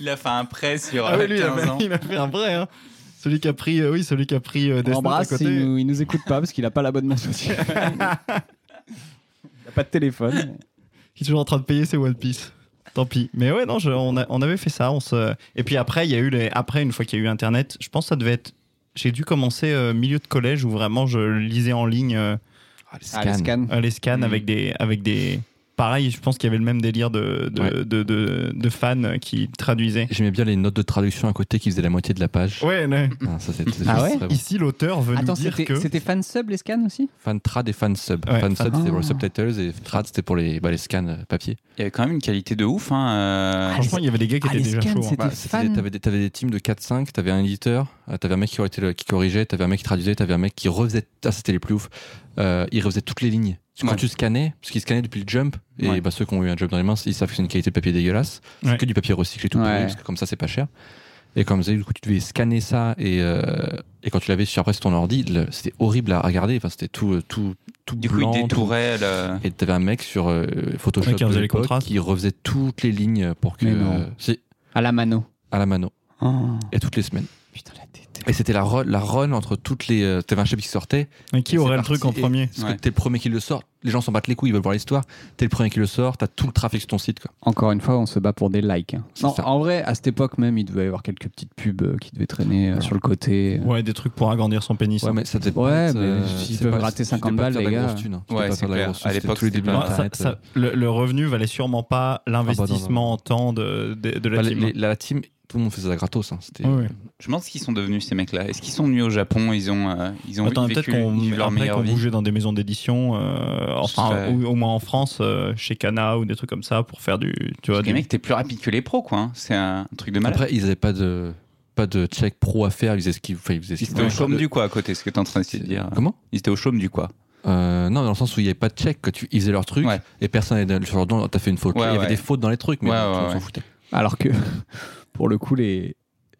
Il a fait un prêt sur
Ah ouais,
euh,
lui, il a,
15 ans.
fait, il a fait un vrai. Hein. Celui qui a pris, euh, oui, celui qui a pris euh,
On
Death Note à
embrasse,
côté.
il nous, il nous écoute pas parce qu'il a pas l'abonnement social. il a pas de téléphone.
qui est toujours en train de payer ses One Piece. Tant pis. Mais ouais, non, je- on, a- on avait fait ça. On se... Et puis après, il y a eu les... après, une fois qu'il y a eu Internet, je pense que ça devait être. J'ai dû commencer euh, milieu de collège où vraiment je lisais en ligne euh,
Ah, les
Ah, les
scans.
scans.
euh, les scans
Mhm.
avec des. Avec des... Pareil, je pense qu'il y avait le même délire de, de,
Ouais.
de, de- de fans qui traduisaient.
J'aimais bien les notes de traduction à côté qui faisaient la moitié de la page.
Ouais, mais
Ah, ça, c'est- c'est
Ah ouais
très bon.
ici, l'auteur veut nous
Attends,
dire
c'était
que.
c'était fan sub les scans aussi
Fan trad et fan sub.
Ouais,
fan
fan-
sub, c'était pour les
Ah.
subtitles et trad, c'était pour les, bah, les scans euh, papier.
Il y avait quand même une qualité de ouf. Hein, euh,
Franchement, il y avait des gars qui
Ah,
étaient
les
déjà
scans,
chauds. hein.
c'est-
Bah,
des
c'était-
fans.
T'avais des, t'avais des teams de 4-5, t'avais un éditeur, euh, t'avais un mec qui, aurait été le- qui corrigeait, t'avais un mec qui traduisait, t'avais un mec qui refaisait. Ah, c'était les plus ouf. Euh, il refaisait toutes les lignes. Parce que Quand
Ouais.
tu scannais, parce qu'il scannait depuis le jump, et
Ouais.
bah, ceux qui ont eu un jump dans les mains, ils savent que c'est une qualité de papier dégueulasse. C'est
Ouais.
que du papier recyclé tout
Ouais.
pourri, parce que comme ça, c'est pas cher. Et comme ça, du coup, tu devais scanner ça, et, euh, et quand tu l'avais sur après sur ton ordi, le- c'était horrible à regarder. Enfin, c'était tout, euh, tout, tout
Du coup,
blanc.
il
tout-
détourait le.
et t'avais un mec sur euh, Photoshop
Ouais, qui
de
refaisait les
l'époque
contrats.
qui refaisait toutes les lignes pour que
Mais non.
euh, si,
À la mano.
à la mano
Oh,
et toutes les semaines.
putain, la tête.
Et c'était la run, la run entre toutes les euh, t'avais un chapitre qui sortait.
Mais qui
et
aurait
c'est
le truc en
parti, et
premier
parce
Ouais.
que t'es le premier qui le sort. Les gens s'en battent les couilles, ils veulent voir l'histoire. T'es le premier qui le sort. T'as tout le trafic sur ton site quoi.
Encore une fois, on se bat pour des likes. hein.
C'est
Non,
ça.
en vrai, à cette époque même, il devait y avoir quelques petites pubs euh, qui devaient traîner euh, sur le côté.
Ouais, des trucs pour agrandir son pénis.
Ouais mais ça devait pas
Ouais,
être,
mais s'ils
c'était
peuvent
pas-
gratter
c'était
50
pas
balles,
faire de
les
la
gars.
grosse thune, hein. C'était
Ouais,
pas
c'est
faire de la
clair.
grosse thune,
À
c'était
l'époque,
tous les
c'était
débuts
pas-
Ouais, ça-
d'Internet,
euh.
ça- le, le revenu valait sûrement pas l'investissement
Ah, bah,
en temps de, de, de la
Bah, les-
team.
les- la team, tout le monde faisait ça gratos. hein. C'était
Ouais, ouais.
Je me demande ce qu'ils sont devenus ces mecs-là. Est-ce qu'ils sont venus au Japon Ils ont, euh, ils ont
Attends, peut-être
vécu
qu'on
ils vivent leur
après
meilleure
qu'on
vie.
bougeait dans des maisons d'édition, euh, enfin,
serait-
ou, au moins en France, euh, chez Cana ou des trucs comme ça pour faire du. Tu vois,
Parce que Les
du-
mecs, t'es plus rapide que les pros, quoi. hein. C'est un truc de malade.
Après, ils avaient pas de pas de check pro à faire. Ils faisaient ce qu'ils enfin, ils faisaient. ce
ils
qu'ils
étaient au
voulaient.
chaume
Le-
du quoi à côté, ce que t'es en train d'essayer de dire.
Comment
Ils étaient au chaume du quoi.
Euh, non, dans le sens où il n'y avait pas de check, que tu, ils faisaient leur truc
Ouais.
et personne n'allait sur leur don, t'as fait une faute.
Ouais,
il y
ouais.
avait des fautes dans les trucs, mais
Ouais,
bon,
ouais,
on s'en
ouais.
foutait.
Alors que, pour le coup, les,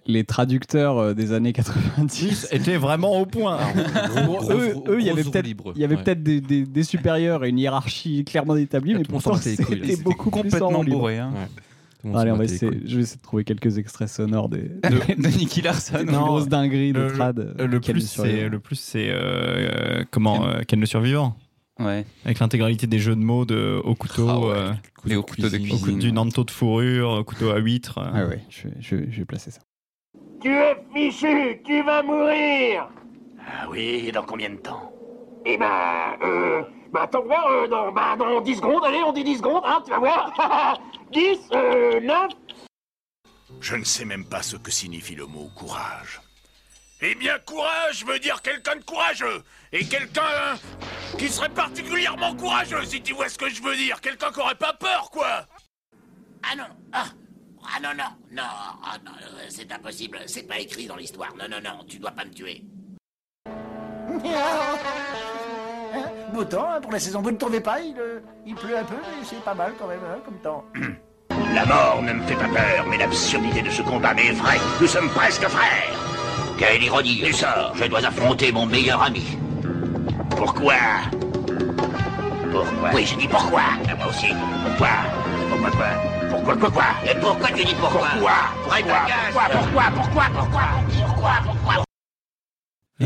les traducteurs euh, des années 90,
étaient vraiment au point.
Ah,
Pour eux, eux, il y avait peut-être il y avait
Ouais.
peut-être des, des- des supérieurs et une hiérarchie clairement établie,
Et
mais
tout le monde
pourtant
s'en battait les couilles, là.
c'était
C'était
beaucoup plus en
Complètement
roue libre.
bourré. Hein.
Tout le monde
Allez,
s'en
on va
battait les
essayer,
couilles.
je vais essayer de trouver quelques extraits sonores des,
De, de Nicky Larson.
des
Non,
grosses dingueries de
euh, le-
trad.
Euh, le,
qu'elle
plus,
nous survient.
c'est, le plus, c'est euh, euh, comment euh, Ken le survivant,
Ouais.
avec l'intégralité des jeux de mots de, au couteau,
Ah ouais.
euh,
Les hauts couteaux de
au couteau
cuisine.
du nanto de fourrure, au couteau à huître. euh.
Ah ouais, je, vais- je vais- je vais placer ça.
Tu es fichu, tu vas mourir
Ah oui, et dans combien de temps
Eh ben, euh, bah attends voir, euh, dans, bah, dans 10 secondes, allez, on dit 10 secondes, hein, tu vas voir 10, euh, 9,
Je ne sais même pas ce que signifie le mot courage. Eh bien, courage veut dire quelqu'un de courageux Et quelqu'un hein, qui serait particulièrement courageux, si tu vois ce que je veux dire Quelqu'un qui aurait pas peur, quoi
Ah non, ah, ah non, non, non, ah non, euh, c'est impossible, c'est pas écrit dans l'histoire. Non, non, non, tu dois pas me tuer. Beau temps hein, pour la saison, vous ne trouvez pas il, pleut un peu, mais c'est pas mal quand même hein, comme temps.
La mort ne me fait pas peur, mais l'absurdité de ce combat m'effraie Nous sommes presque frères
Quelle ironie du sort, je dois affronter mon meilleur ami.
Pourquoi
Pourquoi Oui, j'ai dit pourquoi. moi aussi. Pourquoi Pourquoi quoi Pourquoi quoi quoi Et pourquoi tu dis pourquoi Pourquoi Pourquoi Pourquoi Pourquoi Pourquoi Pourquoi Pourquoi
Euh.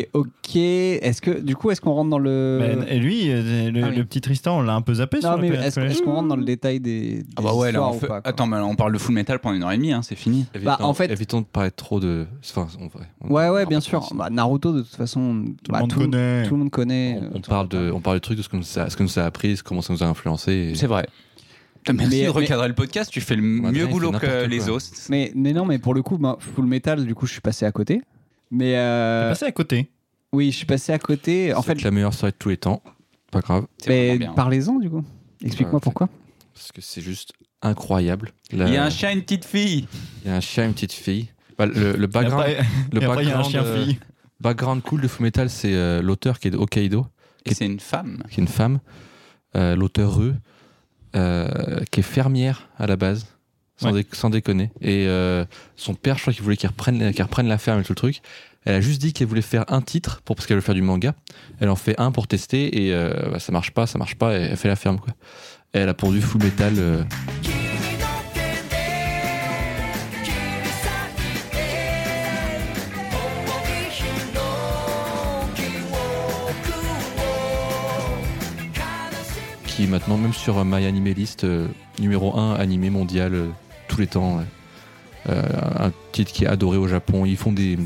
Et ok, est-ce que du coup, est-ce qu'on rentre dans le.
Ben, et lui, euh, le,
Ah oui.
le petit Tristan, on l'a un peu zappé sur
non,
la
mais
planète
est-ce
Flash.
est-ce qu'on rentre dans le détail des.
Ah bah ouais, là, on
on
fait- Attends, mais là, on parle de full metal pendant une heure et demie, hein, c'est fini.
Évitons-
Bah, en fait-
Évitons de parler trop de. Enfin, on, on-
Ouais, ouais,
on-
bien sûr. Bah, Naruto, de toute façon,
Tout le
bah,
monde
tout,
connaît.
tout le monde connaît.
On,
euh,
on parle de, on parle de trucs, de ce que, nous a, ce que nous a appris, ce- comment ça nous a influencé. et-
C'est vrai. Putain, Merci
Mais-
de recadrer le podcast, tu fais le
Adrien, il
mieux
fait
boulot que
n'importe
les
quoi.
hosts.
Mais, mais non, mais pour le coup, bah, Full Metal, du coup, je suis passé à côté. Mais
T'es
euh,
passé à côté.
oui, je suis passé à côté. En
c'est
fait,
la meilleure soirée de tous les temps. Pas grave,
C'est
mais
vraiment bien.
parlez-en du coup. Explique-moi
Ouais,
pourquoi.
parce que c'est juste incroyable. La-
Il y a un chien et une petite fille.
il y a un chien, une petite fille. Bah, le, le
Et
background,
après,
le
et après, il y a un
background, euh,
chien-fille.
background cool de Fullmetal, c'est euh, l'auteur qui est de Hokkaido.
Et c'est une femme.
qui est une femme, euh, l'auteur Rue, euh, qui est fermière à la base. sans, dé- sans déconner. Et euh, son père, je crois qu'il voulait qu'il reprenne, qu'il reprenne la ferme et tout le truc. Elle a juste dit qu'elle voulait faire un titre pour, parce qu'elle veut faire du manga. Elle en fait un pour tester et euh, bah, ça marche pas, ça marche pas, et elle fait la ferme quoi. Et elle a pondu full metal. euh, qui est maintenant même sur euh, My Anime List euh, numéro 1 animé mondial euh, tous les temps ouais. Euh, un titre qui est adoré au Japon ils font des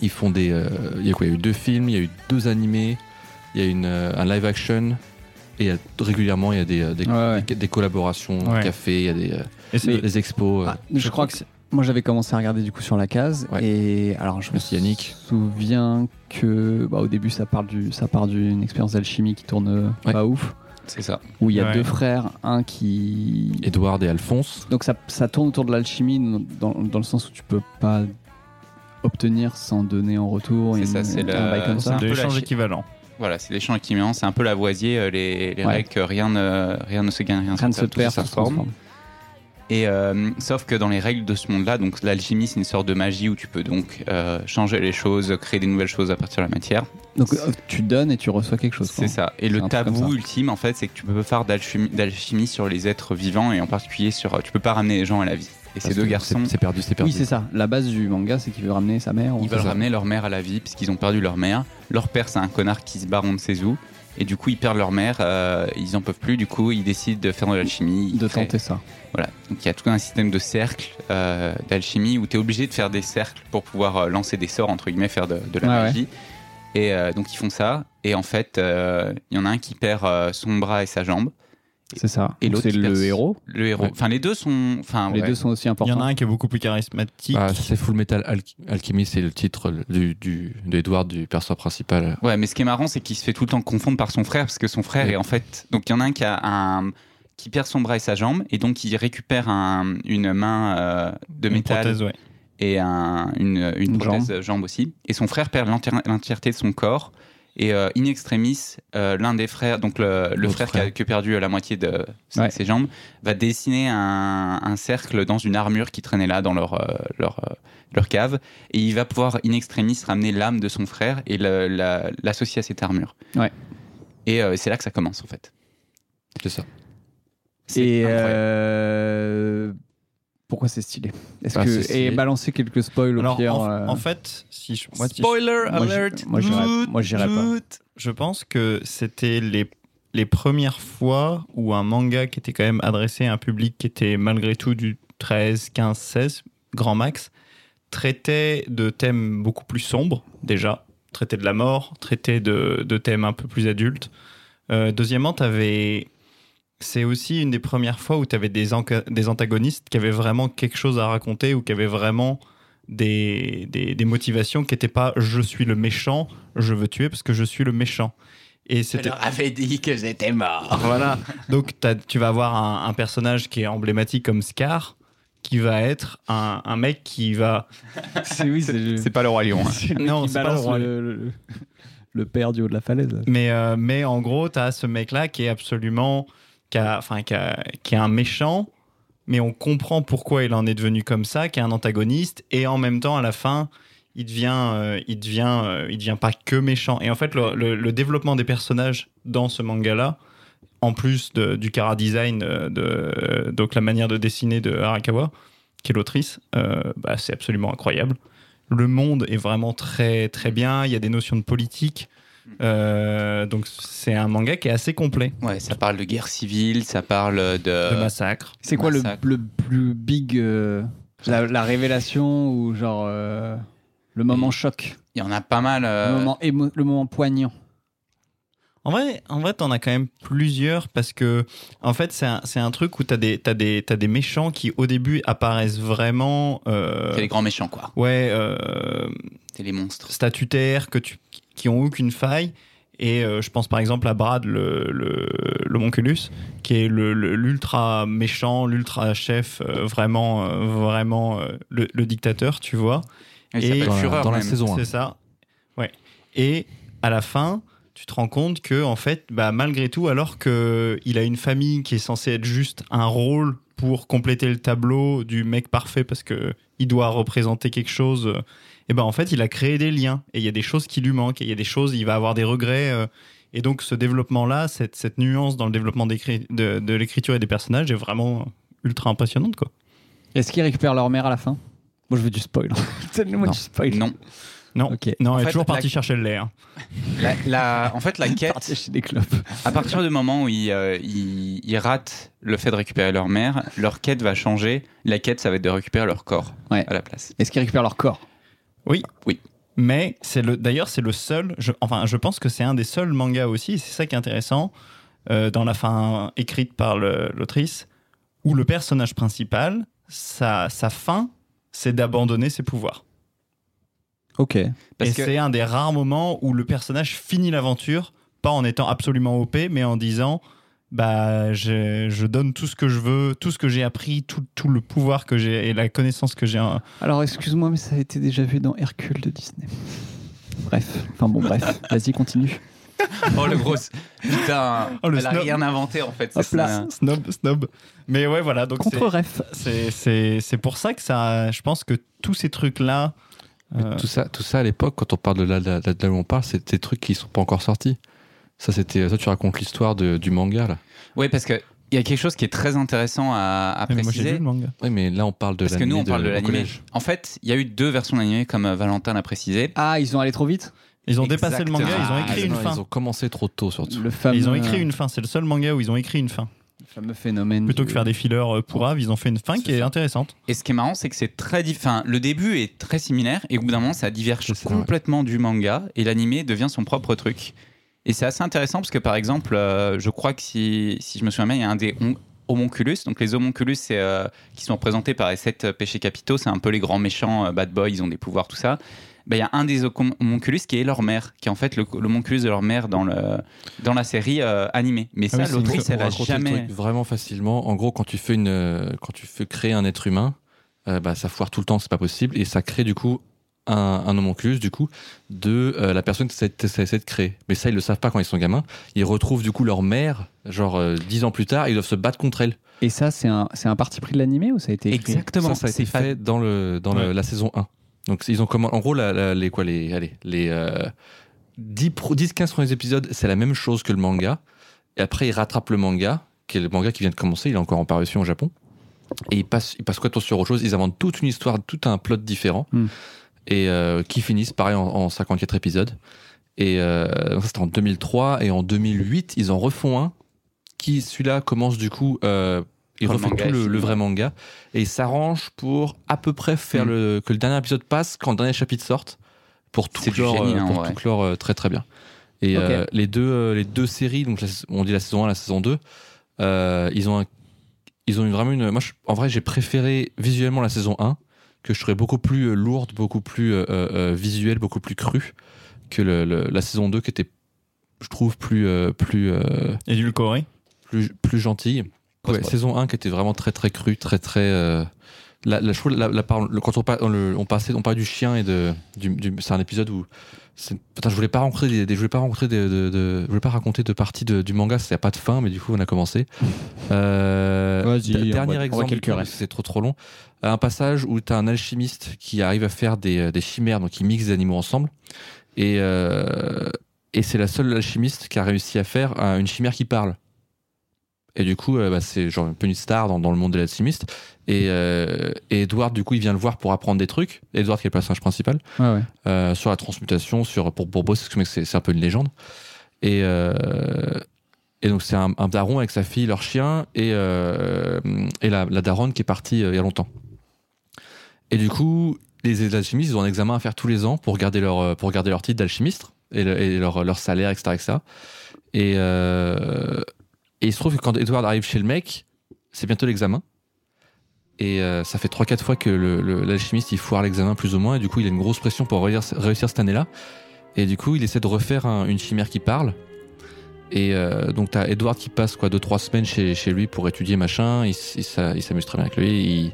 ils font des euh, il y a quoi il y a eu deux films il y a eu deux animés il y a une euh, un live action et il y a- régulièrement il y a des euh, des,
Ouais, ouais.
des- des collaborations
Ouais.
des cafés il y a des, euh,
Et c'est-
des expos euh.
Ah, je crois que c'est- moi j'avais commencé à regarder du coup sur la case
Ouais.
et alors je me
Merci, Yannick.
souviens que bah, au début ça part du ça part d'une expérience d'alchimie qui tourne euh,
Ouais.
pas ouf
C'est ça.
où il y a
Ouais.
deux frères un qui
Edward et Alphonse
donc ça, ça tourne autour de l'alchimie dans, dans le sens où tu peux pas obtenir sans donner en retour
C'est
il y a
ça,
une-
c'est
un
le-
bail comme
c'est
ça
un
de
peu
l'échange
lâché.
équivalent.
Voilà, c'est l'échange qui met en, c'est un peu Lavoisier, euh, les, les
Ouais.
règles, que rien ne, rien ne se gagne, rien,
rien ne
se
se
perd, tout
perd
se
tout se
transforme.
transforme
Et euh, sauf que dans les règles de ce monde-là, donc l'alchimie, c'est une sorte de magie où tu peux donc euh, changer les choses, créer des nouvelles choses à partir de la matière.
donc euh, tu donnes et tu reçois quelque chose quoi.
C'est ça. Et
C'est
le
un truc comme
tabou
ça.
ultime, en fait, c'est que tu peux pas faire d'alchimie, d'alchimie sur les êtres vivants et en particulier sur. euh, Tu peux pas ramener les gens à la vie. Et ces
Parce
deux
que
garçons,
c'est- c'est perdu c'est perdu
oui c'est ça la base du manga c'est qu'il veut ramener sa mère ou-
ils veulent
ça.
ramener leur mère à la vie puisqu'ils ont perdu leur mère. Leur père, c'est un connard qui se barre on ne sait où. Et du coup, ils perdent leur mère, euh, ils en peuvent plus. Du coup, ils décident de faire de l'alchimie. ils
de
créent-
tenter ça
Voilà. Donc il y a tout un système de cercles euh, d'alchimie où tu es obligé de faire des cercles pour pouvoir euh, lancer des sorts, entre guillemets, faire de, de la
Ouais, ouais.
magie. Et euh, donc ils font ça. Et en fait, euh, il y en a un qui perd euh, son bras et sa jambe.
c'est ça
Et
Donc,
l'autre
c'est
qui
le
perce.
héros
Le héros.
Ouais.
Enfin, les deux sont. Enfin,
les
Ah ouais.
deux sont aussi
Il y
importants
en a un qui est beaucoup plus charismatique.
Bah, c'est Full Metal Alch- Alchemy, c'est le titre du, du, d'Edward, du perso principal. euh,
Ouais, mais ce qui est marrant, c'est qu'il se fait tout le temps confondre par son frère, parce que son frère
Oui.
est en fait. Donc, il y en a un qui a un qui perd son bras et sa jambe, et donc il récupère un- une main euh, de
une
métal
prothèse, ouais.
et un- une, une
Une
prothèse jambe. aussi. Et son frère perd l'entière- l'entièreté de son corps. Et euh, in extremis, euh, l'un des frères, donc le, le
L'autre
frère, qui a
frère.
que perdu la moitié de ses,
Ouais.
ses jambes, va dessiner un, un cercle dans une armure qui traînait là dans leur, euh, leur, euh, leur cave. Et il va pouvoir in extremis ramener l'âme de son frère et le- la- l'associer à cette armure.
Ouais.
Et euh, c'est là que ça commence en fait.
C'est ça.
C'est
Et
incroyable.
euh, pourquoi c'est stylé Est-ce
Ah,
Bah,
que
c'est stylé.
et balancer quelques spoils au
Alors,
pire
en,
euh,
en fait, si je, moi, si je-
Spoiler
moi, j'-
alert!
moi, j'irais- moi, j'irais pas.
Je pense que c'était les, les premières fois où un manga qui était quand même adressé à un public qui était malgré tout du 13, 15, 16, grand max, traitait de thèmes beaucoup plus sombres, déjà. Traitait de la mort, traitait de, de thèmes un peu plus adultes. Euh, deuxièmement, t'avais. C'est aussi une des premières fois où tu avais des, anca- des antagonistes qui avaient vraiment quelque chose à raconter ou qui avaient vraiment des, des, des motivations qui n'étaient pas je suis le méchant, je veux tuer parce que je suis le méchant. Et c'était
avait dit que j'étais mort!
voilà. Donc t'as- tu vas avoir un, un personnage qui est emblématique comme Scar, qui va être un, un mec qui va.
C'est oui, c'est le-
C'est pas le roi lion. hein.
Non,
qui
c'est pas
balance
le roi.
le, le- le père du haut de la falaise.
Mais, euh, mais en gros, tu as ce mec-là qui est absolument. Qui, a- enfin, qui, a- qui est un méchant, mais on comprend pourquoi il en est devenu comme ça, qui est un antagoniste, et en même temps, à la fin, il devient, euh, il devient, euh, il devient pas que méchant. Et en fait, le, le- le développement des personnages dans ce manga-là, en plus de- du chara design, euh, de, euh, donc la manière de dessiner de Arakawa, qui est l'autrice, euh, bah, c'est absolument incroyable. Le monde est vraiment très très bien. Il y a des notions de politique. Euh, donc c'est un manga qui est assez complet.
Ouais, ça parle de guerre civile, ça parle de.
de massacre.
C'est quoi le,
Massacre.
le plus big euh, la, la révélation ou genre euh, le moment choc,
Il y en a pas mal. euh,
le moment émo- le moment poignant.
En vrai, en vrai, t'en as quand même plusieurs parce que, en fait, c'est un, c'est un truc où t'as des, t'as des, t'as des méchants qui, au début, apparaissent vraiment, euh,
C'est les grands méchants, quoi.
ouais, euh,
C'est les monstres.
statutaires que tu, qui ont aucune faille. Et euh, je pense par exemple à Brad, le, le, le Monculus, qui est le- le- l'ultra méchant, l'ultra chef, euh, vraiment, euh, vraiment euh, le, le dictateur, tu vois.
Il
Et
s'appelle
Dans, la-
Fureur.
dans la
même.
saison 1.
C'est ça. Ouais. Et à la fin, tu te rends compte que en fait, bah, malgré tout, alors que il a une famille qui est censée être juste un rôle pour compléter le tableau du mec parfait parce que il doit représenter quelque chose, et ben en fait, il a créé des liens et il y a des choses qui lui manquent et il y a des choses, il va avoir des regrets. euh, et donc, ce développement-là, cette, cette nuance dans le développement d'écri- de, de l'écriture et des personnages est vraiment ultra impressionnante, quoi.
Est-ce qu'ils récupèrent leur mère à la fin Moi, je veux du spoil. Donne-moi
Non.
du spoil.
Non.
Non,
Ok.
non,
En
elle est
fait,
toujours
la-
partie chercher le lait. hein.
La- la- en fait, la quête,
Partez chez des clopes.
À partir du moment où ils, euh, ils- ils ratent le fait de récupérer leur mère, leur quête va changer. La quête, ça va être de récupérer leur corps
Ouais.
à la place.
Est-ce qu'ils récupèrent leur corps
Mais c'est le, d'ailleurs, c'est le seul. Je, enfin, je pense que c'est un des seuls mangas aussi. et C'est ça qui est intéressant euh, dans la fin écrite par le- l'autrice, où le personnage principal, sa, sa fin, c'est d'abandonner ses pouvoirs.
Ok.
Parce
et
que
c'est un des rares moments où le personnage finit l'aventure, pas en étant absolument OP, mais en disant bah je, je donne tout ce que je veux, tout ce que j'ai appris, tout, tout le pouvoir que j'ai et la connaissance que j'ai. en-
Alors, excuse-moi, mais ça a été déjà vu dans Hercule de Disney. Bref. Enfin bon, bref. Vas-y, continue.
oh le gros putain,
Oh, le
elle a
snob.
rien inventé en fait.
Hop
c'est
là.
ça.
Snob, snob. Mais ouais, voilà. Donc c'est-
Contre ref.
C'est- C'est c'est pour ça que ça. Je pense que tous ces trucs-là.
Mais
euh,
Tout ça, tout ça à l'époque, quand on parle de là, là, là- là où on parle, c'est des trucs qui sont pas encore sortis. Ça, c'était, ça, tu racontes l'histoire de- du manga là.
Oui, parce que il y a quelque chose qui est très intéressant à, à
mais moi, j'ai lu
préciser.
le manga.
Oui, mais là, on parle de
Parce que nous, on parle de
au
l'animé.
collège.
En fait, il y a eu deux versions d'animé, comme euh, Valentin l'a précisé.
Ah, ils ont allé trop vite
Ils ont dépassé le manga,
Exactement. Ah,
ils ont
Ah,
écrit une
non,
fin.
Ils ont commencé trop tôt surtout.
Le fameux,
Ils ont écrit une fin. C'est le seul manga où ils ont écrit une fin.
le fameux phénomène.
Plutôt
du-
que faire des fillers euh, pourraves, ils ont fait une fin qui est intéressante.
Et ce qui est marrant, c'est que c'est très diff- enfin, Le début est très similaire, et au bout d'un moment, ça diverge
C'est ça, ouais.
complètement du manga, et l'animé devient son propre truc. Et c'est assez intéressant parce que, par exemple, euh, je crois que si, si je me souviens bien, il y a un des hom- homonculus. Donc, les homonculus, c'est, euh, qui sont représentés par les sept euh, péchés capitaux, c'est un peu les grands méchants, euh, bad boys, ils ont des pouvoirs, tout ça. Ben, Il y a un des hom- homonculus qui est leur mère, qui est en fait le- l'homonculus de leur mère dans, le, dans la série euh, animée. Mais
Ah
ça,
oui, c'est
l'autrice,
une-
elle
Pour
a
raconter le
jamais.
truc vraiment facilement. En gros, quand tu fais une, euh, quand tu fais créer un être humain, euh, bah, ça foire tout le temps, c'est pas possible, et ça crée du coup un, un homunculus du coup de euh, la personne que ça essaie de créer. Mais ça, ils le savent pas quand ils sont gamins. Ils retrouvent du coup leur mère, genre euh, dix ans plus tard, et ils doivent se battre contre elle.
Et ça, c'est un, c'est un parti pris de l'animé ou ça a été écrit
Exactement,
ça, ça a été
c'est pas-
fait dans le dans le-
Ouais.
la saison 1. Donc ils ont comment en gros la- la- les quoi les allez les euh, 10 pro- 10 15 premiers épisodes, c'est la même chose que le manga et après ils rattrapent le manga qui est le manga qui vient de commencer, il est encore en parution au Japon. Et ils passent ils passent quoi sur autre chose, ils inventent toute une histoire, tout un plot différent
Hmm.
et euh, qui finissent pareil en, en 54 épisodes. Et euh, ça, c'était en 2003 et en 2008, ils en refont un qui celui-là commence du coup euh, il
Quand le
refait
manga
tout
est
le,
fini.
le vrai manga et ils s'arrangent pour à peu près faire
Mm.
le, que le dernier épisode passe quand le dernier chapitre sorte pour tout
C'est du
clore,
génie,
euh,
hein, en
pour
vrai.
tout clore, euh, très très bien. Et
Ok.
euh, les, deux, euh, les deux séries, donc la- on dit la saison 1, la saison 2, euh, ils ont, un- ils ont une- vraiment une. Moi, je- en vrai, j'ai préféré visuellement la saison 1, que je trouvais beaucoup plus euh, lourde, beaucoup plus euh, euh, visuelle, beaucoup plus crue que le- le- la saison 2 qui était, je trouve, plus, euh, plus, euh,
Et du Corée.
plus, plus gentille. Ouais,
Grosse
saison 1 qui était vraiment très très crue, très très. euh, la, la, je trouve la- la parole- le- quand on, par- le- on passait, on parlait du chien et de. Du, du- c'est un épisode où. c'est- Putain, je voulais pas rencontrer des, des- je voulais pas rencontrer des- de, de- je voulais pas raconter de partie de- du manga, c'est y a pas de fin, mais du coup on a commencé. Euh,
Vas-y,
d-
on
dernier
voit- on voit
exemple,
quelques
parce
restes.
que c'est trop trop long. Un passage où t'as un alchimiste qui arrive à faire des, des chimères, donc il mixe des animaux ensemble, et euh, et c'est la seule alchimiste qui a réussi à faire euh, une chimère qui parle. Et du coup, euh, bah, c'est genre un peu une star dans, dans le monde de l'alchimiste. Et, euh, et Edward, du coup, il vient le voir pour apprendre des trucs. Edward, qui est le personnage principal,
Ouais, ouais.
euh, sur la transmutation, sur, pour Bourbeau, c'est ce mec, c'est c'est un peu une légende. Et, euh, et donc, c'est un, un daron avec sa fille, leur chien, et, euh, et la, la daronne qui est partie euh, il y a longtemps. Et du coup, les alchimistes, ils ont un examen à faire tous les ans pour garder leur, euh, pour garder leur titre d'alchimiste et, le- et leur, leur salaire, etc. etc. Et, euh, et il se trouve que quand Edward arrive chez le mec, c'est bientôt l'examen. Et euh, ça fait 3-4 fois que le- le- l'alchimiste il foire l'examen plus ou moins, et du coup il a une grosse pression pour réussir, réussir cette année-là. Et du coup il essaie de refaire un- une chimère qui parle. Et euh, donc t'as Edward qui passe quoi 2-3 semaines chez, chez lui pour étudier machin, il, s- il s'a- il s'amuse très bien avec lui, il,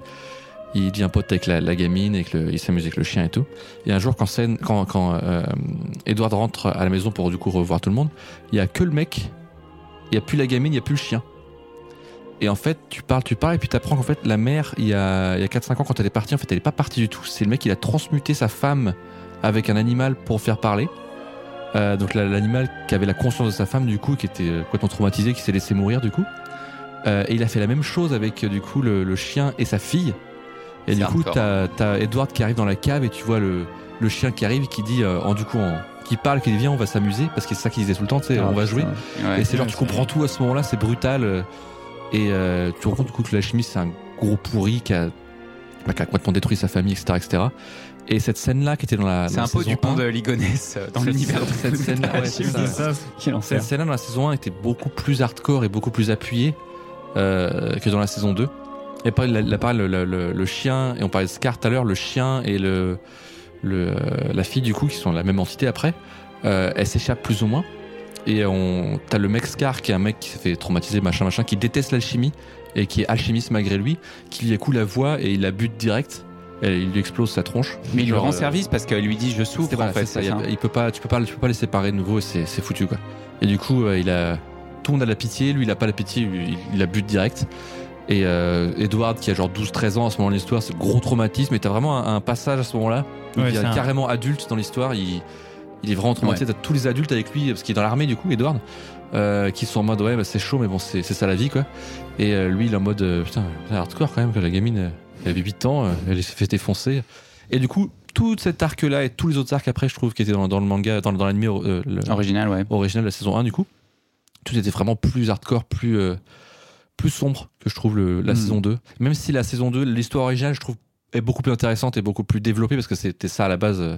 il devient pote avec la, la gamine, et il s'amuse avec le chien et tout. Et un jour quand, Sen- quand, quand euh, Edward rentre à la maison pour du coup revoir tout le monde, il y a que le mec, il n'y a plus la gamine, il n'y a plus le chien. Et en fait, tu parles, tu parles, et puis t'apprends qu'en fait, la mère, il y a, il y a 4-5 ans, quand elle est partie, en fait, elle est pas partie du tout. C'est le mec, il a transmuté sa femme avec un animal pour faire parler. Euh, donc la- l'animal qui avait la conscience de sa femme, du coup, qui était euh, complètement traumatisé, qui s'est laissé mourir, du coup. Euh, et il a fait la même chose avec, euh, du coup, le, le chien et sa fille. Et
C'est
du coup,
hardcore.
t'as t'as Edward qui arrive dans la cave, et tu vois le, le chien qui arrive, qui dit, euh, en, du coup, en- qui parle, qui dit, viens, on va s'amuser, parce que c'est ça qu'il disait tout le temps, tu sais,
Ah,
on va jouer.
Ah, Ouais.
Et c'est genre, tu comprends tout à ce moment-là, c'est brutal. euh, Et euh, tu te rends compte du coup que l'alchimiste, c'est un gros pourri qui a, bah, qui a complètement détruit sa famille, etc. etc. Et cette scène-là qui était dans la.
C'est
dans
un
la
peu
saison
du pont
1,
de Ligonesse euh, dans
Cette-
l'univers de
cette scène-là, ouais, c'est ça.
Quel enfer.
Cette scène-là dans la saison 1 était beaucoup plus hardcore et beaucoup plus appuyée euh, que dans la saison 2. Et pareil, la, la- pareil, le, le- le- le chien, et on parlait de Scar tout à l'heure, le chien et le, le, euh, la fille du coup, qui sont la même entité après, euh, elles s'échappent plus ou moins. Et on, t'as le mec Scar qui est un mec qui s'est fait traumatiser, machin, machin, qui déteste l'alchimie et qui est alchimiste malgré lui, qui lui écoute la voix et il la bute direct. Et il lui explose sa tronche.
Mais il lui
Genre,
rend
euh,
service parce qu'elle lui dit je
c'est
souffre
voilà,
en fait.
c'est ça,
c'est
y a-
ça.
il peut pas, tu peux pas, tu peux pas les séparer de nouveau. et C'est c'est foutu quoi. Et du coup, euh, il a tout le monde a la pitié. Lui, il a pas la pitié. lui, il, il la bute direct. Et euh, Edward, qui a genre 12-13 ans à ce moment de l'histoire, c'est gros traumatisme. Et t'as vraiment un, un passage à ce moment-là où
Ouais,
il
c'est
est
un-
carrément adulte dans l'histoire. Il, il est vraiment traumatisé. T'as tous les adultes avec lui parce qu'il est dans l'armée du coup, Edward, euh, qui sont en mode ouais, bah, c'est chaud, mais bon, c'est c'est ça la vie quoi. Et euh, lui, il est en mode euh, putain, c'est hardcore quand même que la gamine, euh, elle avait 8 ans, euh, elle s'est fait défoncer. Et du coup, tout cet arc-là et tous les autres arcs après, je trouve, qui étaient dans, dans le manga, dans, dans l'anime euh, le-
Original, ouais.
original de la saison 1, du coup, tout était vraiment plus hardcore, plus, euh, plus sombre que je trouve le- la
Hmm.
Mm.
saison 2. Même si la saison 2, l'histoire originale, je trouve, est beaucoup plus intéressante et beaucoup plus développée parce que c'était ça à la base euh,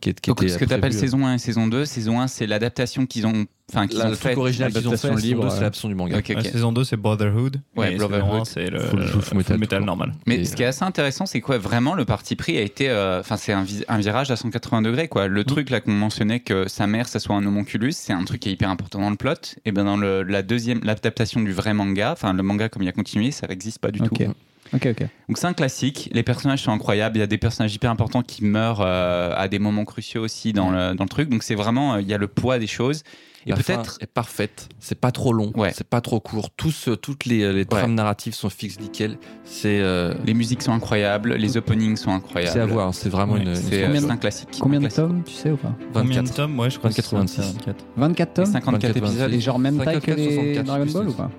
qui, est- qui
Donc,
était.
ce que tu appelles
prévu. euh.
saison 1 et saison 2, saison 1 c'est l'adaptation qu'ils ont, enfin, qu'ils
La-
ont
le truc
fait.
original qu'ils ont fait,
l'adaptation
libre,
libre,
c'est
ouais.
l'adaptation du manga.
Ok,
La
ok.
saison 2, c'est Brotherhood.
Ouais,
et
Brotherhood,
saison un, C'est le,
Full-
le
full
full
metal,
metal,
tout court.
normal.
Mais
Et-
euh.
ce qui est assez intéressant, c'est quoi vraiment le parti pris a été, euh, enfin c'est un, vis- un virage à 180 degrés quoi.
Mm.
Le truc là qu'on mentionnait que sa mère ça soit un homunculus, c'est un truc qui est hyper important dans le plot. Et ben dans le- la deuxième, l'adaptation du vrai manga, enfin le manga comme il a continué, ça n'existe pas du
Ok.
tout.
Ok, ok.
Donc c'est un classique. Les personnages sont incroyables. Il y a des personnages hyper importants qui meurent euh, à des moments cruciaux aussi dans le, dans le truc. Donc c'est vraiment euh, il y a le poids des choses. Et
La fin
peut-être
est parfaite. C'est pas trop long.
Ouais.
C'est pas trop court. Tous, euh, toutes les, les trames narratives sont fixes, nickel. C'est euh,
les musiques sont incroyables, les openings sont incroyables.
c'est à voir. C'est vraiment
Ouais.
une. une
C'est euh,
une-
Combien de-
c'est un classique.
Combien de
Un classique.
tomes, tu sais ou pas
24.
Combien de tomes Ouais, je crois que c'est
24.
24.
24 tomes
54 épisodes.
Et genre même taille que
54,
les
64,
Dragon Ball ou
je sais.
pas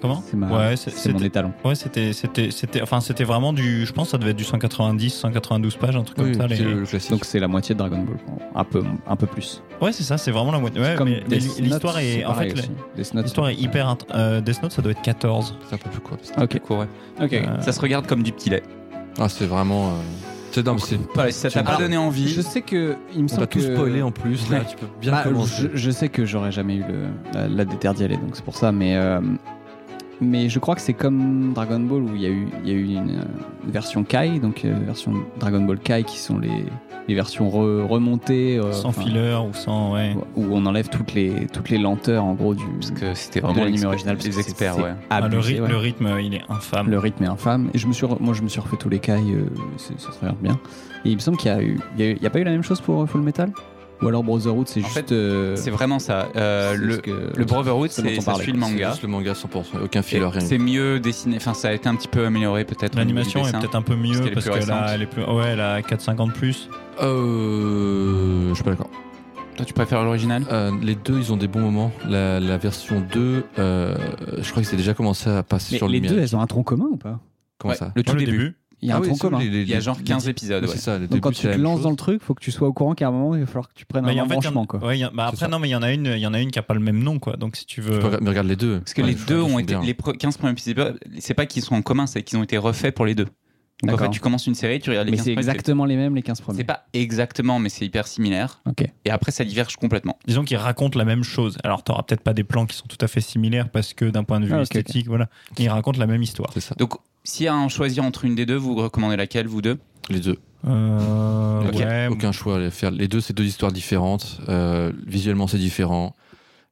Comment
C'est ma-
Ouais, c'est-
C'est mon
c'était-
étalon.
ouais, c'était c'était c'était enfin c'était vraiment du je pense que ça devait être du 190 192 pages un truc
Oui,
comme ça. les-
c'est le, le classique.
Donc c'est la moitié de Dragon Ball. Un peu, un peu plus.
Ouais, c'est ça, c'est vraiment la moitié. Ouais,
C'est comme
mais mais
Death
l'histoire
Note,
est
c'est
en
pareil
fait la-
aussi. Death Note,
l'histoire
c'est-
est hyper int- euh, Death Note ça doit être 14.
c'est un peu plus court.
Ok.
Court, ouais.
Ok.
Euh,
Ça se regarde comme du petit lait.
Ah, c'est vraiment. euh, C'est dingue. C'est...
Voilà, si ça t'a
Alors,
pas donné envie.
Je sais que il me
On
semble
t'a tout
que-
spoilé en plus. Là,
Ouais.
tu peux bien
Bah,
commencer.
je, je sais que j'aurais jamais eu le, la, la déterre d'y aller, donc c'est pour ça. Mais euh, mais je crois que c'est comme Dragon Ball où il y a eu il y a eu une, euh, une version Kai, donc euh, version Dragon Ball Kai qui sont les, les versions re- remontées euh,
sans
enfin,
filler ou sans ouais.
où on enlève toutes les toutes les lenteurs en gros du
Parce que c'était
de
vraiment
l'anime
l'expert-
original, parce
les
que c'est-
experts,
c'est
ouais.
Ah, le,
abusé,
ryth-
ouais.
le rythme euh, il est infâme.
Le rythme est infâme. Et je me suis, re- moi, je me suis refait tous les cailles, euh, c'est- ça se regarde bien. Et il me semble qu'il y a eu, il y a, eu- il y a pas eu la même chose pour euh, Full Metal Ou alors Brotherhood, c'est
En
juste.
fait,
euh,
C'est vraiment ça. Euh,
c'est
le,
ce que-
le Brotherhood,
ce dont
c'est
on
ça
parlait,
suit le
quoi.
manga.
C'est juste le manga 100%. Aucun
Et
filler, rien.
C'est mieux dessiné. Enfin, ça a été un petit peu amélioré peut-être. au niveau du
L'animation est
dessin.
peut-être un peu
parce
mieux
qu'elle est
parce
plus
que
récente.
là elle est plus ouais, elle a 450 plus.
Euh. Je suis pas d'accord.
Toi, tu préfères l'original
Euh, les deux, ils ont des bons moments. La, la version 2, euh, je crois que c'est déjà commencé à passer
Mais
sur le
les
numérique.
deux, elles ont un tronc commun ou pas
Comment
Ouais,
ça
Le tout
Ouais,
début.
Il y a
Ah
un
oui,
tronc
c'est
commun.
les- les-
Il y a genre
les-
15 épisodes.
Ouais,
ouais.
C'est ça, le
Donc
début,
quand
c'est
tu
la
te
même
lances
chose.
dans le truc, faut que tu sois au courant qu'à un moment, il va falloir que tu prennes
Mais il y
un
a- en fait, il y en
embranchement.
a-
Quoi.
ouais, il y a- bah
C'est ça.
après non mais il y en a une il y en a une qui a pas le même nom quoi. Donc si tu veux
Tu peux regarder- mais regarde les deux.
Parce que
Ouais,
les
je
deux
trouve
ont
qu'ils
été.
sont bien.
Les pre- 15 premiers épisodes, c'est pas qu'ils sont en commun, c'est qu'ils ont été refaits pour les deux. Donc en
D'accord.
fait, tu commences une série, tu regardes les
Mais
15
c'est
premiers, tu-
exactement les mêmes, les 15
C'est
premiers.
pas exactement, mais c'est hyper similaire.
Ok.
Et après, ça diverge complètement.
disons qu'ils racontent la même chose. Alors, t'auras peut-être pas des plans qui sont tout à fait similaires parce que d'un point de vue
Ah, ok,
esthétique, voilà, mais ils racontent la même histoire.
C'est ça,
Donc, s'il y a à en choisir entre une des deux, vous recommandez laquelle, vous deux
les deux.
Euh,
Ok.
ouais,
Aucun choix à les faire. Les deux, c'est deux histoires différentes. Euh, visuellement, c'est différent.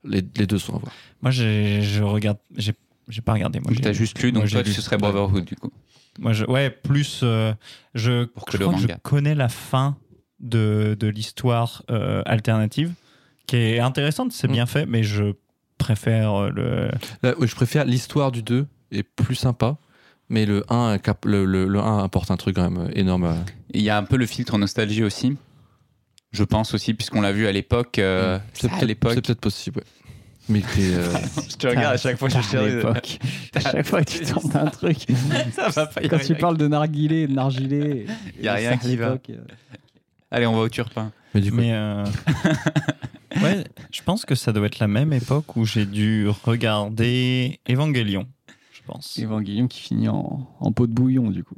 Les, les deux sont à voir.
Moi, j'ai- je regarde, j'ai j'ai pas regardé. Moi, j'ai-
T'as juste lu,
moi,
donc
j'ai
toi,
lu.
ce serait Brotherhood du coup.
Moi, je- ouais, plus euh, je,
que
je
le
crois que je
manga.
connais la fin de, de l'histoire euh, alternative, qui est intéressante, c'est
Mm.
bien fait, mais je préfère euh, le.
Là, ouais, je préfère l'histoire du 2 est plus sympa. Mais le 1, a cap- le, le- le 1 apporte un truc quand même euh, énorme. à-
Et Il y a un peu le filtre nostalgie aussi. Je pense aussi, puisqu'on l'a vu à l'époque.
Mm.
euh, ça,
C'est
à
peut-être-
l'époque.
c'est peut-être possible, ouais. Mais t'es, euh,
Je te regarde à chaque fois, je
À
cherche.
l'époque. À chaque fois que tu tentes un truc,
Ça va pas. y a
quand
rien
tu
qui-
parles de narguilé, de nargilé, euh,
Il y a rien qui va. Allez, on va au Turpin.
mais du coup,
Mais euh, ouais, je pense que ça doit être la même époque où j'ai dû regarder Evangelion, je pense.
C'est Van Guillaume qui finit en, en pot de bouillon, du coup.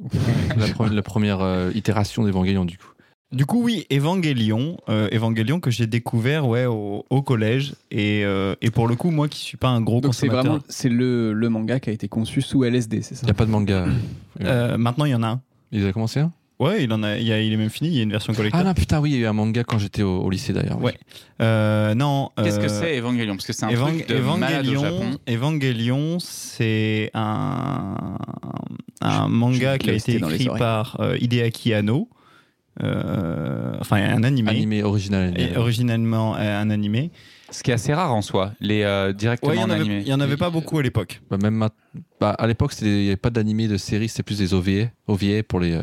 la, pre- la première euh, itération d'Evangelion, du coup.
Du coup, oui, Evangelion, euh, Evangelion que j'ai découvert ouais au, au collège et, euh, et pour le coup, moi qui suis pas un gros
Donc c'est
consommateur.
vraiment c'est le, le manga qui a été conçu sous LSD, c'est ça
Il n'y a pas de manga.
Euh, maintenant, il y en a un.
Ils ont commencé un
Ouais, il en a, il, y a- il est même fini. Il y a une version collector.
Ah non, putain, oui, il y a eu un manga quand j'étais au, au lycée d'ailleurs. oui.
Ouais. Euh, non.
Qu'est-ce
euh,
que c'est Evangelion Parce que c'est un
Évang-
truc de malade au Japon.
Evangelion, c'est un, un
je
manga qui a
glisse
été
dans les
écrit
oreilles.
par euh, Hideaki Anno, euh, enfin un animé,
Animé original.
et originalement euh, un animé.
Ce qui est assez rare en soi, les euh, directement
Ouais, il y en avait-
animés.
il y en avait pas beaucoup à l'époque.
Bah, même ma- bah, à l'époque, c'était- il n'y avait pas d'animé de série, c'était plus des OVA, OVA pour les, euh,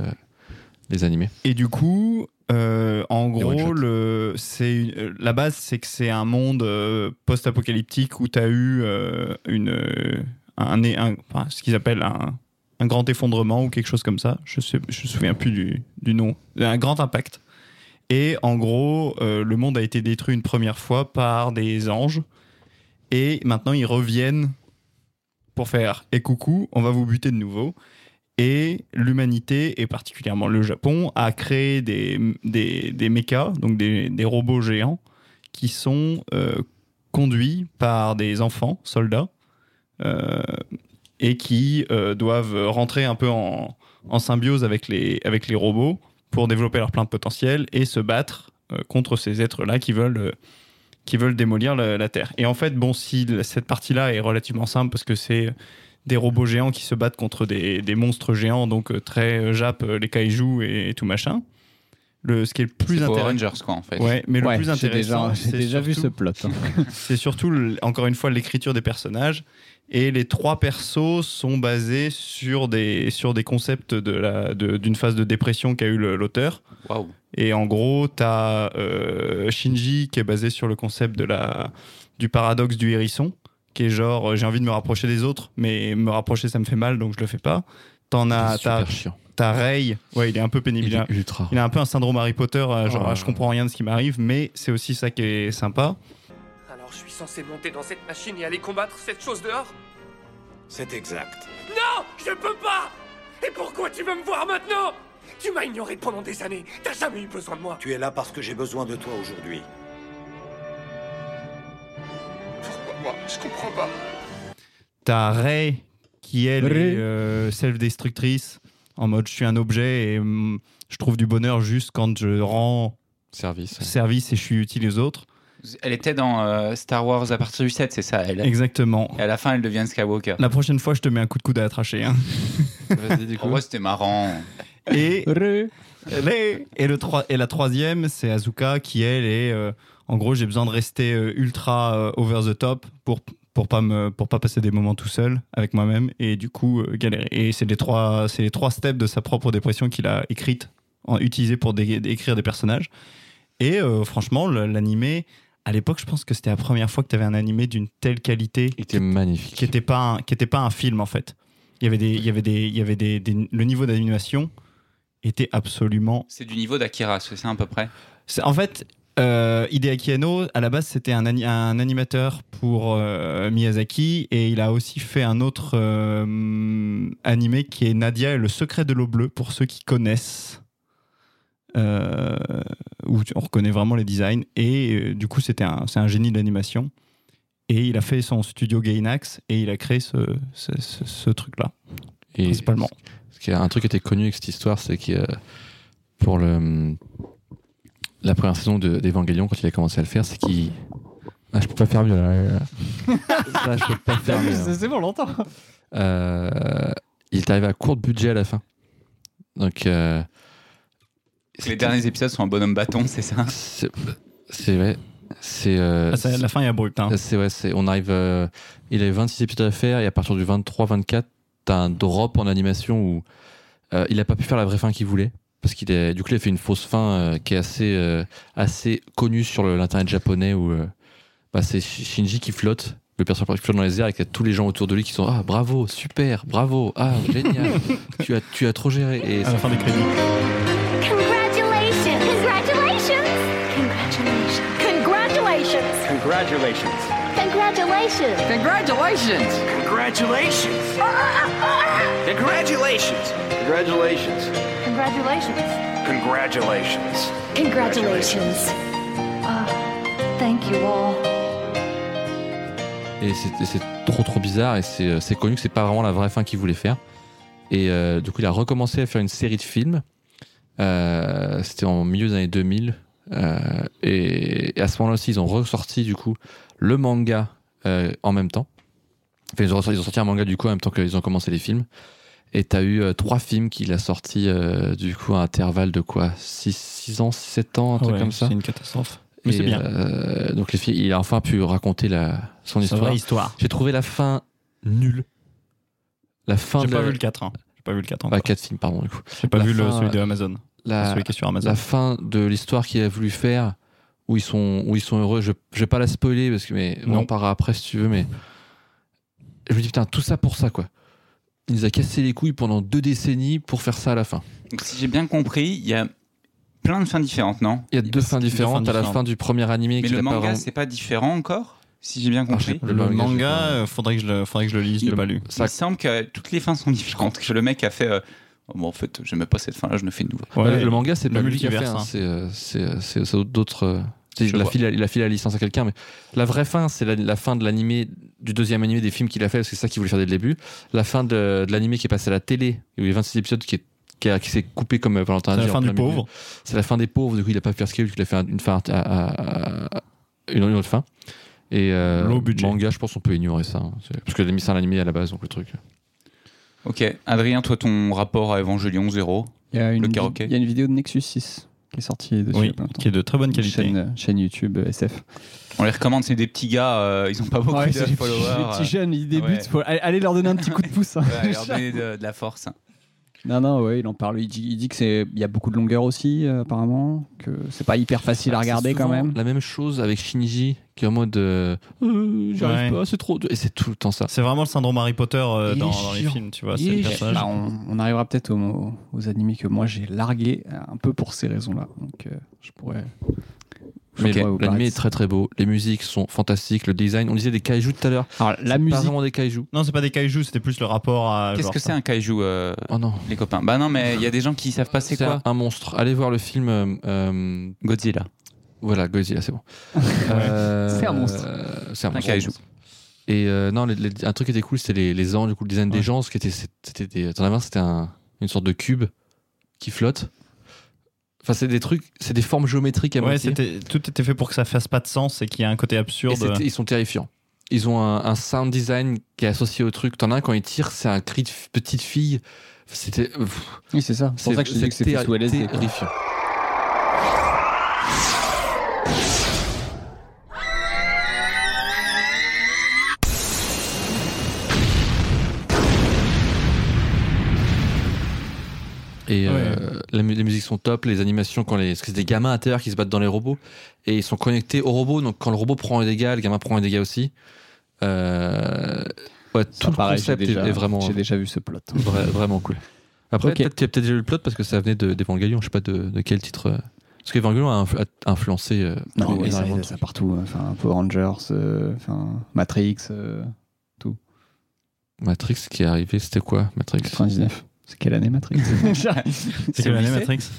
les animés.
Et du coup, euh, en
one-shot.
gros, le, c'est une- euh, la base, c'est que c'est un monde euh, post-apocalyptique où tu as eu euh, une, euh, un, un- enfin, ce qu'ils appellent un, un grand effondrement ou quelque chose comme ça. Je ne je me souviens plus du, du nom. Un grand impact. Et en gros, euh, le monde a été détruit une première fois par des anges. Et maintenant, ils reviennent pour faire et coucou, on va vous buter de nouveau. Et l'humanité, et particulièrement le Japon, a créé des, des, des mechas, donc des, des robots géants, qui sont euh, conduits par des enfants, soldats, euh, et qui euh, doivent rentrer un peu en, en symbiose avec les, avec les robots pour développer leur plein de potentiel et se battre euh, contre ces êtres-là qui veulent, euh, qui veulent démolir la, la Terre. Et en fait, bon, si la- cette partie-là est relativement simple parce que c'est des robots géants qui se battent contre des, des monstres géants, donc euh, très euh, Jap, euh, les kaiju et, tout machin. Le, ce qui est le
plus
plus
Power
intéressant.
Rangers, quoi, en fait.
Ouais, mais le
Ouais,
plus
j'ai
intéressant,
déjà, j'ai
c'est
déjà vu ce
surtout-
plot. hein.
c'est surtout, le- encore une fois, l'écriture des personnages. Et les trois persos sont basés sur des, sur des concepts de la- de- d'une phase de dépression qu'a eu le- l'auteur.
Waouh.
Et en gros, t'as euh, Shinji qui est basé sur le concept de la, du paradoxe du hérisson, qui est genre euh, j'ai envie de me rapprocher des autres, mais me rapprocher ça me fait mal donc je le fais pas. T'en as,
C'est
Ah, t'as,
super chiant.
t'as Rei, ouais, il est un peu pénible.
Il
hein.
est ultra.
Il a un peu un syndrome Harry Potter, euh, genre
Ah.
ah, je comprends rien de ce qui m'arrive, mais c'est aussi ça qui est sympa.
Alors je suis censé monter dans cette machine et aller combattre cette chose dehors
C'est exact.
Non Je peux pas Et pourquoi tu veux me voir maintenant Tu m'as ignoré pendant des années, t'as jamais eu besoin de moi.
Tu es là parce que j'ai besoin de toi aujourd'hui.
Pourquoi moi Je comprends pas.
T'as Rey qui elle
Rey.
est euh, self-destructrice, en mode je suis un objet et hum, je trouve du bonheur juste quand je rends
Service.
service et je suis utile aux autres.
Elle était dans euh, Star Wars à partir du 7, c'est ça elle.
Exactement.
Et à la fin, elle devient Skywalker.
La prochaine fois, je te mets un coup de coude à la trachée. hein.
Vas-y, du
En
coup.
vrai, c'était marrant.
Et,
Re.
Rey. et, le troi- et la troisième, c'est Azuka qui, elle, est. euh, en gros, j'ai besoin de rester euh, ultra euh, over the top pour, pour, pas me, pour pas passer des moments tout seul avec moi-même et du coup euh, galérer. Et c'est les, trois, c'est les trois steps de sa propre dépression qu'il a écrite, en, utilisée pour dé- écrire des personnages. Et euh, franchement, le- l'animé, à l'époque, je pense que c'était la première fois que tu avais un animé d'une telle qualité
Il était magnifique.
qui était pas un, qui était pas un film en fait. Il y avait des il y avait des il y avait des, des- le niveau d'animation était absolument.
C'est du niveau d'Akira, c'est ça à peu près.
C'est en fait euh, Hideaki Anno à la base c'était un, ani- un animateur pour euh, Miyazaki et il a aussi fait un autre euh, animé qui est Nadia et le secret de l'eau bleue pour ceux qui connaissent. Euh, où tu- on reconnaît vraiment les designs et euh, du coup c'était un c'est un génie de l'animation et il a fait son studio Gainax et il a créé ce truc là.
Et
principalement.
ce qui est- un truc qui était connu avec cette histoire, c'est que euh, pour le, hum, la première saison de- d'Evangelion, quand il a commencé à le faire, c'est qu'il. Ah, je peux pas faire mieux là. là, là. Ça, je peux pas faire mieux.
C'est c'est bon, longtemps.
Euh, il est arrivé à court de budget à la fin. Donc. euh,
Les derniers épisodes sont un bonhomme bâton, c'est ça
C'est c'est vrai. C'est. euh,
Ah, ça, la fin est abrupte. hein.
c'est- ouais, c'est- on arrive. euh, il avait 26 épisodes à faire et à partir du 23-24, t'as un drop en animation où euh, il a pas pu faire la vraie fin qu'il voulait. Parce qu'il est, du coup, il a fait une fausse fin euh, qui est assez, euh, assez connue sur le- l'internet japonais où euh, bah, c'est Shi- Shinji qui flotte, le personnage qui flotte dans les airs et qu'il y a tous les gens autour de lui qui sont Ah, bravo, super, bravo, ah, génial, tu, as, tu as trop géré. Et
à la fin des crédits.
Congratulations! Congratulations! Congratulations!
Congratulations.
Congratulations! Congratulations!
Congratulations. Congratulations. Congratulations.
Congratulations!
Congratulations.
Congratulations! Ah, thank you all.
Et c'est et c'est trop trop bizarre et c'est euh, c'est connu que c'est pas vraiment la vraie fin qu'il voulait faire. Et euh, du coup, il a recommencé à faire une série de films. Euh, C'était en milieu des années 2000. Euh, et, et à ce moment-là aussi, ils ont ressorti du coup le manga euh, en même temps. Enfin, ils, ont ressorti, ils ont sorti un manga du coup en même temps qu'ils ont commencé les films. Et t'as eu euh, trois films qu'il a sortis euh, du coup à intervalle de quoi 6 ans, 7 ans, un truc
Ouais,
comme ça
C'est une catastrophe. Mais
et,
c'est bien.
euh, donc les filles, il a enfin pu raconter la, son
Sa
histoire.
vraie histoire.
J'ai trouvé la fin nulle. La fin
J'ai
de
pas
la-
vu le 4. hein. J'ai pas vu le 4
Ah,
encore.
quatre films, pardon. Du coup.
J'ai pas
La
vu le,
fin,
celui de
euh,
Amazon.
La,
celui qui est sur Amazon.
la fin de l'histoire qu'il a voulu faire, où ils sont, où ils sont heureux. Je, je vais pas la spoiler parce que mais on
Non.
en parlera après si tu veux. Mais je me dis putain, tout ça pour ça quoi. Il nous a cassé les couilles pendant deux décennies pour faire ça à la fin.
Donc, si j'ai bien compris, il y a plein de fins différentes, non
Il y a deux fins différentes.
fins
à la fin du premier animé,
Mais
qu'il
le
a pas
manga,
vraiment-
c'est pas différent encore Si j'ai bien
Ah,
compris.
Le, manga, euh, faudrait que je le, faudrait que je le lise, je l'ai pas lu.
Il me semble que toutes les fins sont différentes. Que le mec a fait. euh, Oh, bon, en fait, j'aimais pas cette fin-là, je me fais une nouvelle.
Bah, le- le manga, c'est
le
pas lui qui a fait,
multiverse,
hein.
hein.
c'est euh, c'est euh, c'est- c'est d'autres. euh, c'est-
Je
Il a,
vois.
filé, il a filé la licence à quelqu'un, mais la vraie fin, c'est la, la fin de l'animé, du deuxième animé des films qu'il a fait, parce que c'est ça qu'il voulait faire dès le début. La fin de, de l'animé qui est passé à la télé, il y a eu 26 épisodes qui est- qui, a- qui s'est coupé comme euh, Valentin a
C'est la
dit, en
fin
plein
du
milieu.
pauvre.
C'est la fin des pauvres, du coup il a pas pu faire ce qu'il voulait, il a fait une fin à, à- à- une, une autre fin. Et euh,
Low budget.
manga, je pense qu'on peut ignorer ça, hein. C'est- parce que les missions animé à la base, donc le truc.
Ok, Adrien, toi, ton rapport à Evangelion 0
Il y a une,
Le
vi-
karaoké.
il y a une vidéo de Nexus 6 qui est sortie dessus. il y
Oui,
a pas longtemps.
qui est de très bonne
Une
qualité.
Chaîne, euh, chaîne YouTube euh, SF.
On les recommande, c'est des petits gars, euh, ils ont pas beaucoup
Ouais,
de
c'est les petits-
followers.
les
euh.
petits jeunes, ils débutent.
ouais.
faut- allez- allez leur donner un petit coup de pouce. hein.
Ouais, leur donner de, de la force.
Non, non, ouais, il en parle. Il dit, il dit que c'est, il y a beaucoup de longueur aussi, euh, apparemment, que c'est pas hyper facile à
Ah, c'est
regarder quand
souvent
même.
La même chose avec Shinji, qui est en mode euh, Euh, j'y arrive
Ouais.
pas, c'est trop. dur. Et c'est tout le temps ça.
C'est vraiment le syndrome Harry Potter euh,
Il est
dans, dans les
chiant.
films, tu vois.
Il
C'est
est
le personnage.
Bah, on, on arrivera peut-être aux, aux animés que moi j'ai largué euh, un peu pour ces raisons-là. Donc euh, je pourrais. je
Mais
pourrais
le-
vous parler
l'anime
de
est
ça.
très très beau, les musiques sont fantastiques, le design, on disait des kaiju tout à l'heure.
Alors la
Pas
musique,
vraiment des kaiju.
Non, c'est pas des kaiju, c'était plus le rapport à.
Qu'est-ce
genre
que c'est
ça.
un kaiju, euh,
Oh non.
les copains Bah non, mais il y a des gens qui savent pas c'est
C'est
quoi
un, un monstre. Allez voir le film. euh, euh,
Godzilla.
voilà, Godzilla, c'est bon. Euh,
C'est un monstre.
euh, c'est un
Un
monstre.
kaiju.
Et euh, non, les- les- un truc qui était cool, c'était les, les ans, du coup, le design des
Ouais.
gens. Ce qui était, c'était des, t'en avais un, c'était un- une sorte de cube qui flotte. Enfin, c'est des trucs, c'est des formes géométriques à
Ouais,
moitié.
c'était tout était fait pour que ça fasse pas de sens et qu'il y a un côté
Et
absurde.
c'était- ils sont terrifiants. Ils ont un, un sound design qui est associé au truc. T'en as un quand ils tirent, c'est un cri de f- petite fille. C'était. pff,
oui c'est ça. C'est pour ça que je disais que c'était
terri-
sous LSD. quoi.
terrifiant. Et euh, la mu- les musiques sont top, les animations, quand les, parce que c'est des gamins à terre qui se battent dans les robots, et ils sont connectés au robot, donc quand le robot prend un dégât, le gamin prend un dégât aussi. Euh, ouais,
Ça,
tout le
pareil, j'ai
concept est-
déjà-
est vraiment,
J'ai déjà vu ce plot.
Vra- vraiment cool. Après,
Ok.
peut-être qu'il y a peut-être déjà eu le plot parce que ça venait de- d'Evangelion, je sais pas de, de quel titre. euh. Parce qu'Evangelion a, inf- a influencé euh,
Non, mais ça,
énormément de
ça
trucs.
partout. hein. Enfin, Power Rangers, euh, enfin, Matrix, euh,
Matrix qui est arrivé, c'était quoi Matrix
99. C'est quelle année Matrix
C'est quelle année Matrix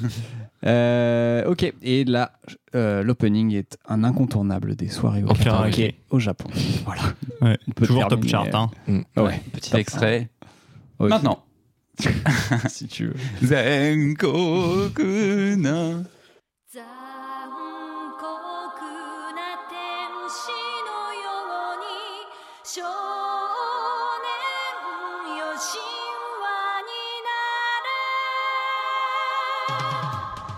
Euh, ok, et là, euh, l'opening est un incontournable des soirées au
Oh,
karaoké
karaoké.
au Japon. Voilà.
Ouais.
On peut
Toujours top
terminer,
chart. Hein.
Ah Ouais.
Petit
Top.
extrait.
Ouais,
Maintenant.
si tu veux.
Zenkokuna.
残酷な天使のように少年よ神話になれ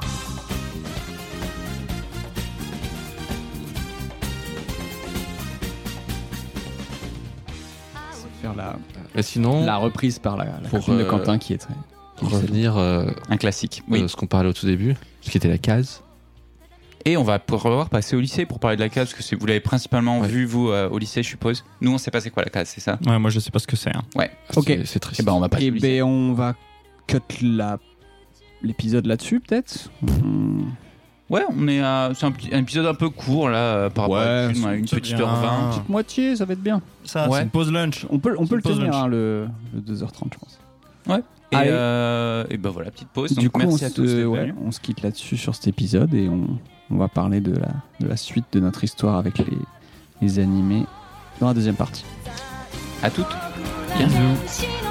Faire la,
Et sinon,
La reprise par la, la
Pour,
copine de
euh,
Quentin qui est très.
pour revenir euh,
Un classique.
à
Oui.
ce qu'on parlait au tout début, ce qui était la case.
Et on va pouvoir passer au lycée pour parler de la case, parce que c'est- vous l'avez principalement
Ouais.
vu, vous, euh, au lycée, je suppose. Nous, on sait pas c'est quoi la case, c'est ça
Ouais, moi, je sais pas ce que c'est. hein.
Ouais.
Ok.
C'est- C'est triste.
Et ben, on va passer
Et
au lycée.
ben on va cut la l'épisode là-dessus peut-être. Hmm.
ben, Ouais, on est à. C'est un, petit- un épisode un peu court, là, euh, par rapport à
Ouais,
l'habitude, on a une
c'est
petite
bien.
heure vingt.
Moitié, ça va être bien.
Ça,
Ouais.
c'est une pause lunch.
On peut on
C'est
peut le
pause
tenir
lunch.
hein, le, le 2h30 je pense.
Et,
Allez.
euh, et ben voilà, petite pause. Donc
du coup,
merci
on,
à
se,
tous. d'être
ouais,
venus.
on se quitte là-dessus sur cet épisode et on, on va parler de la, de la suite de notre histoire avec les, les animés dans la deuxième partie.
À toutes.
星の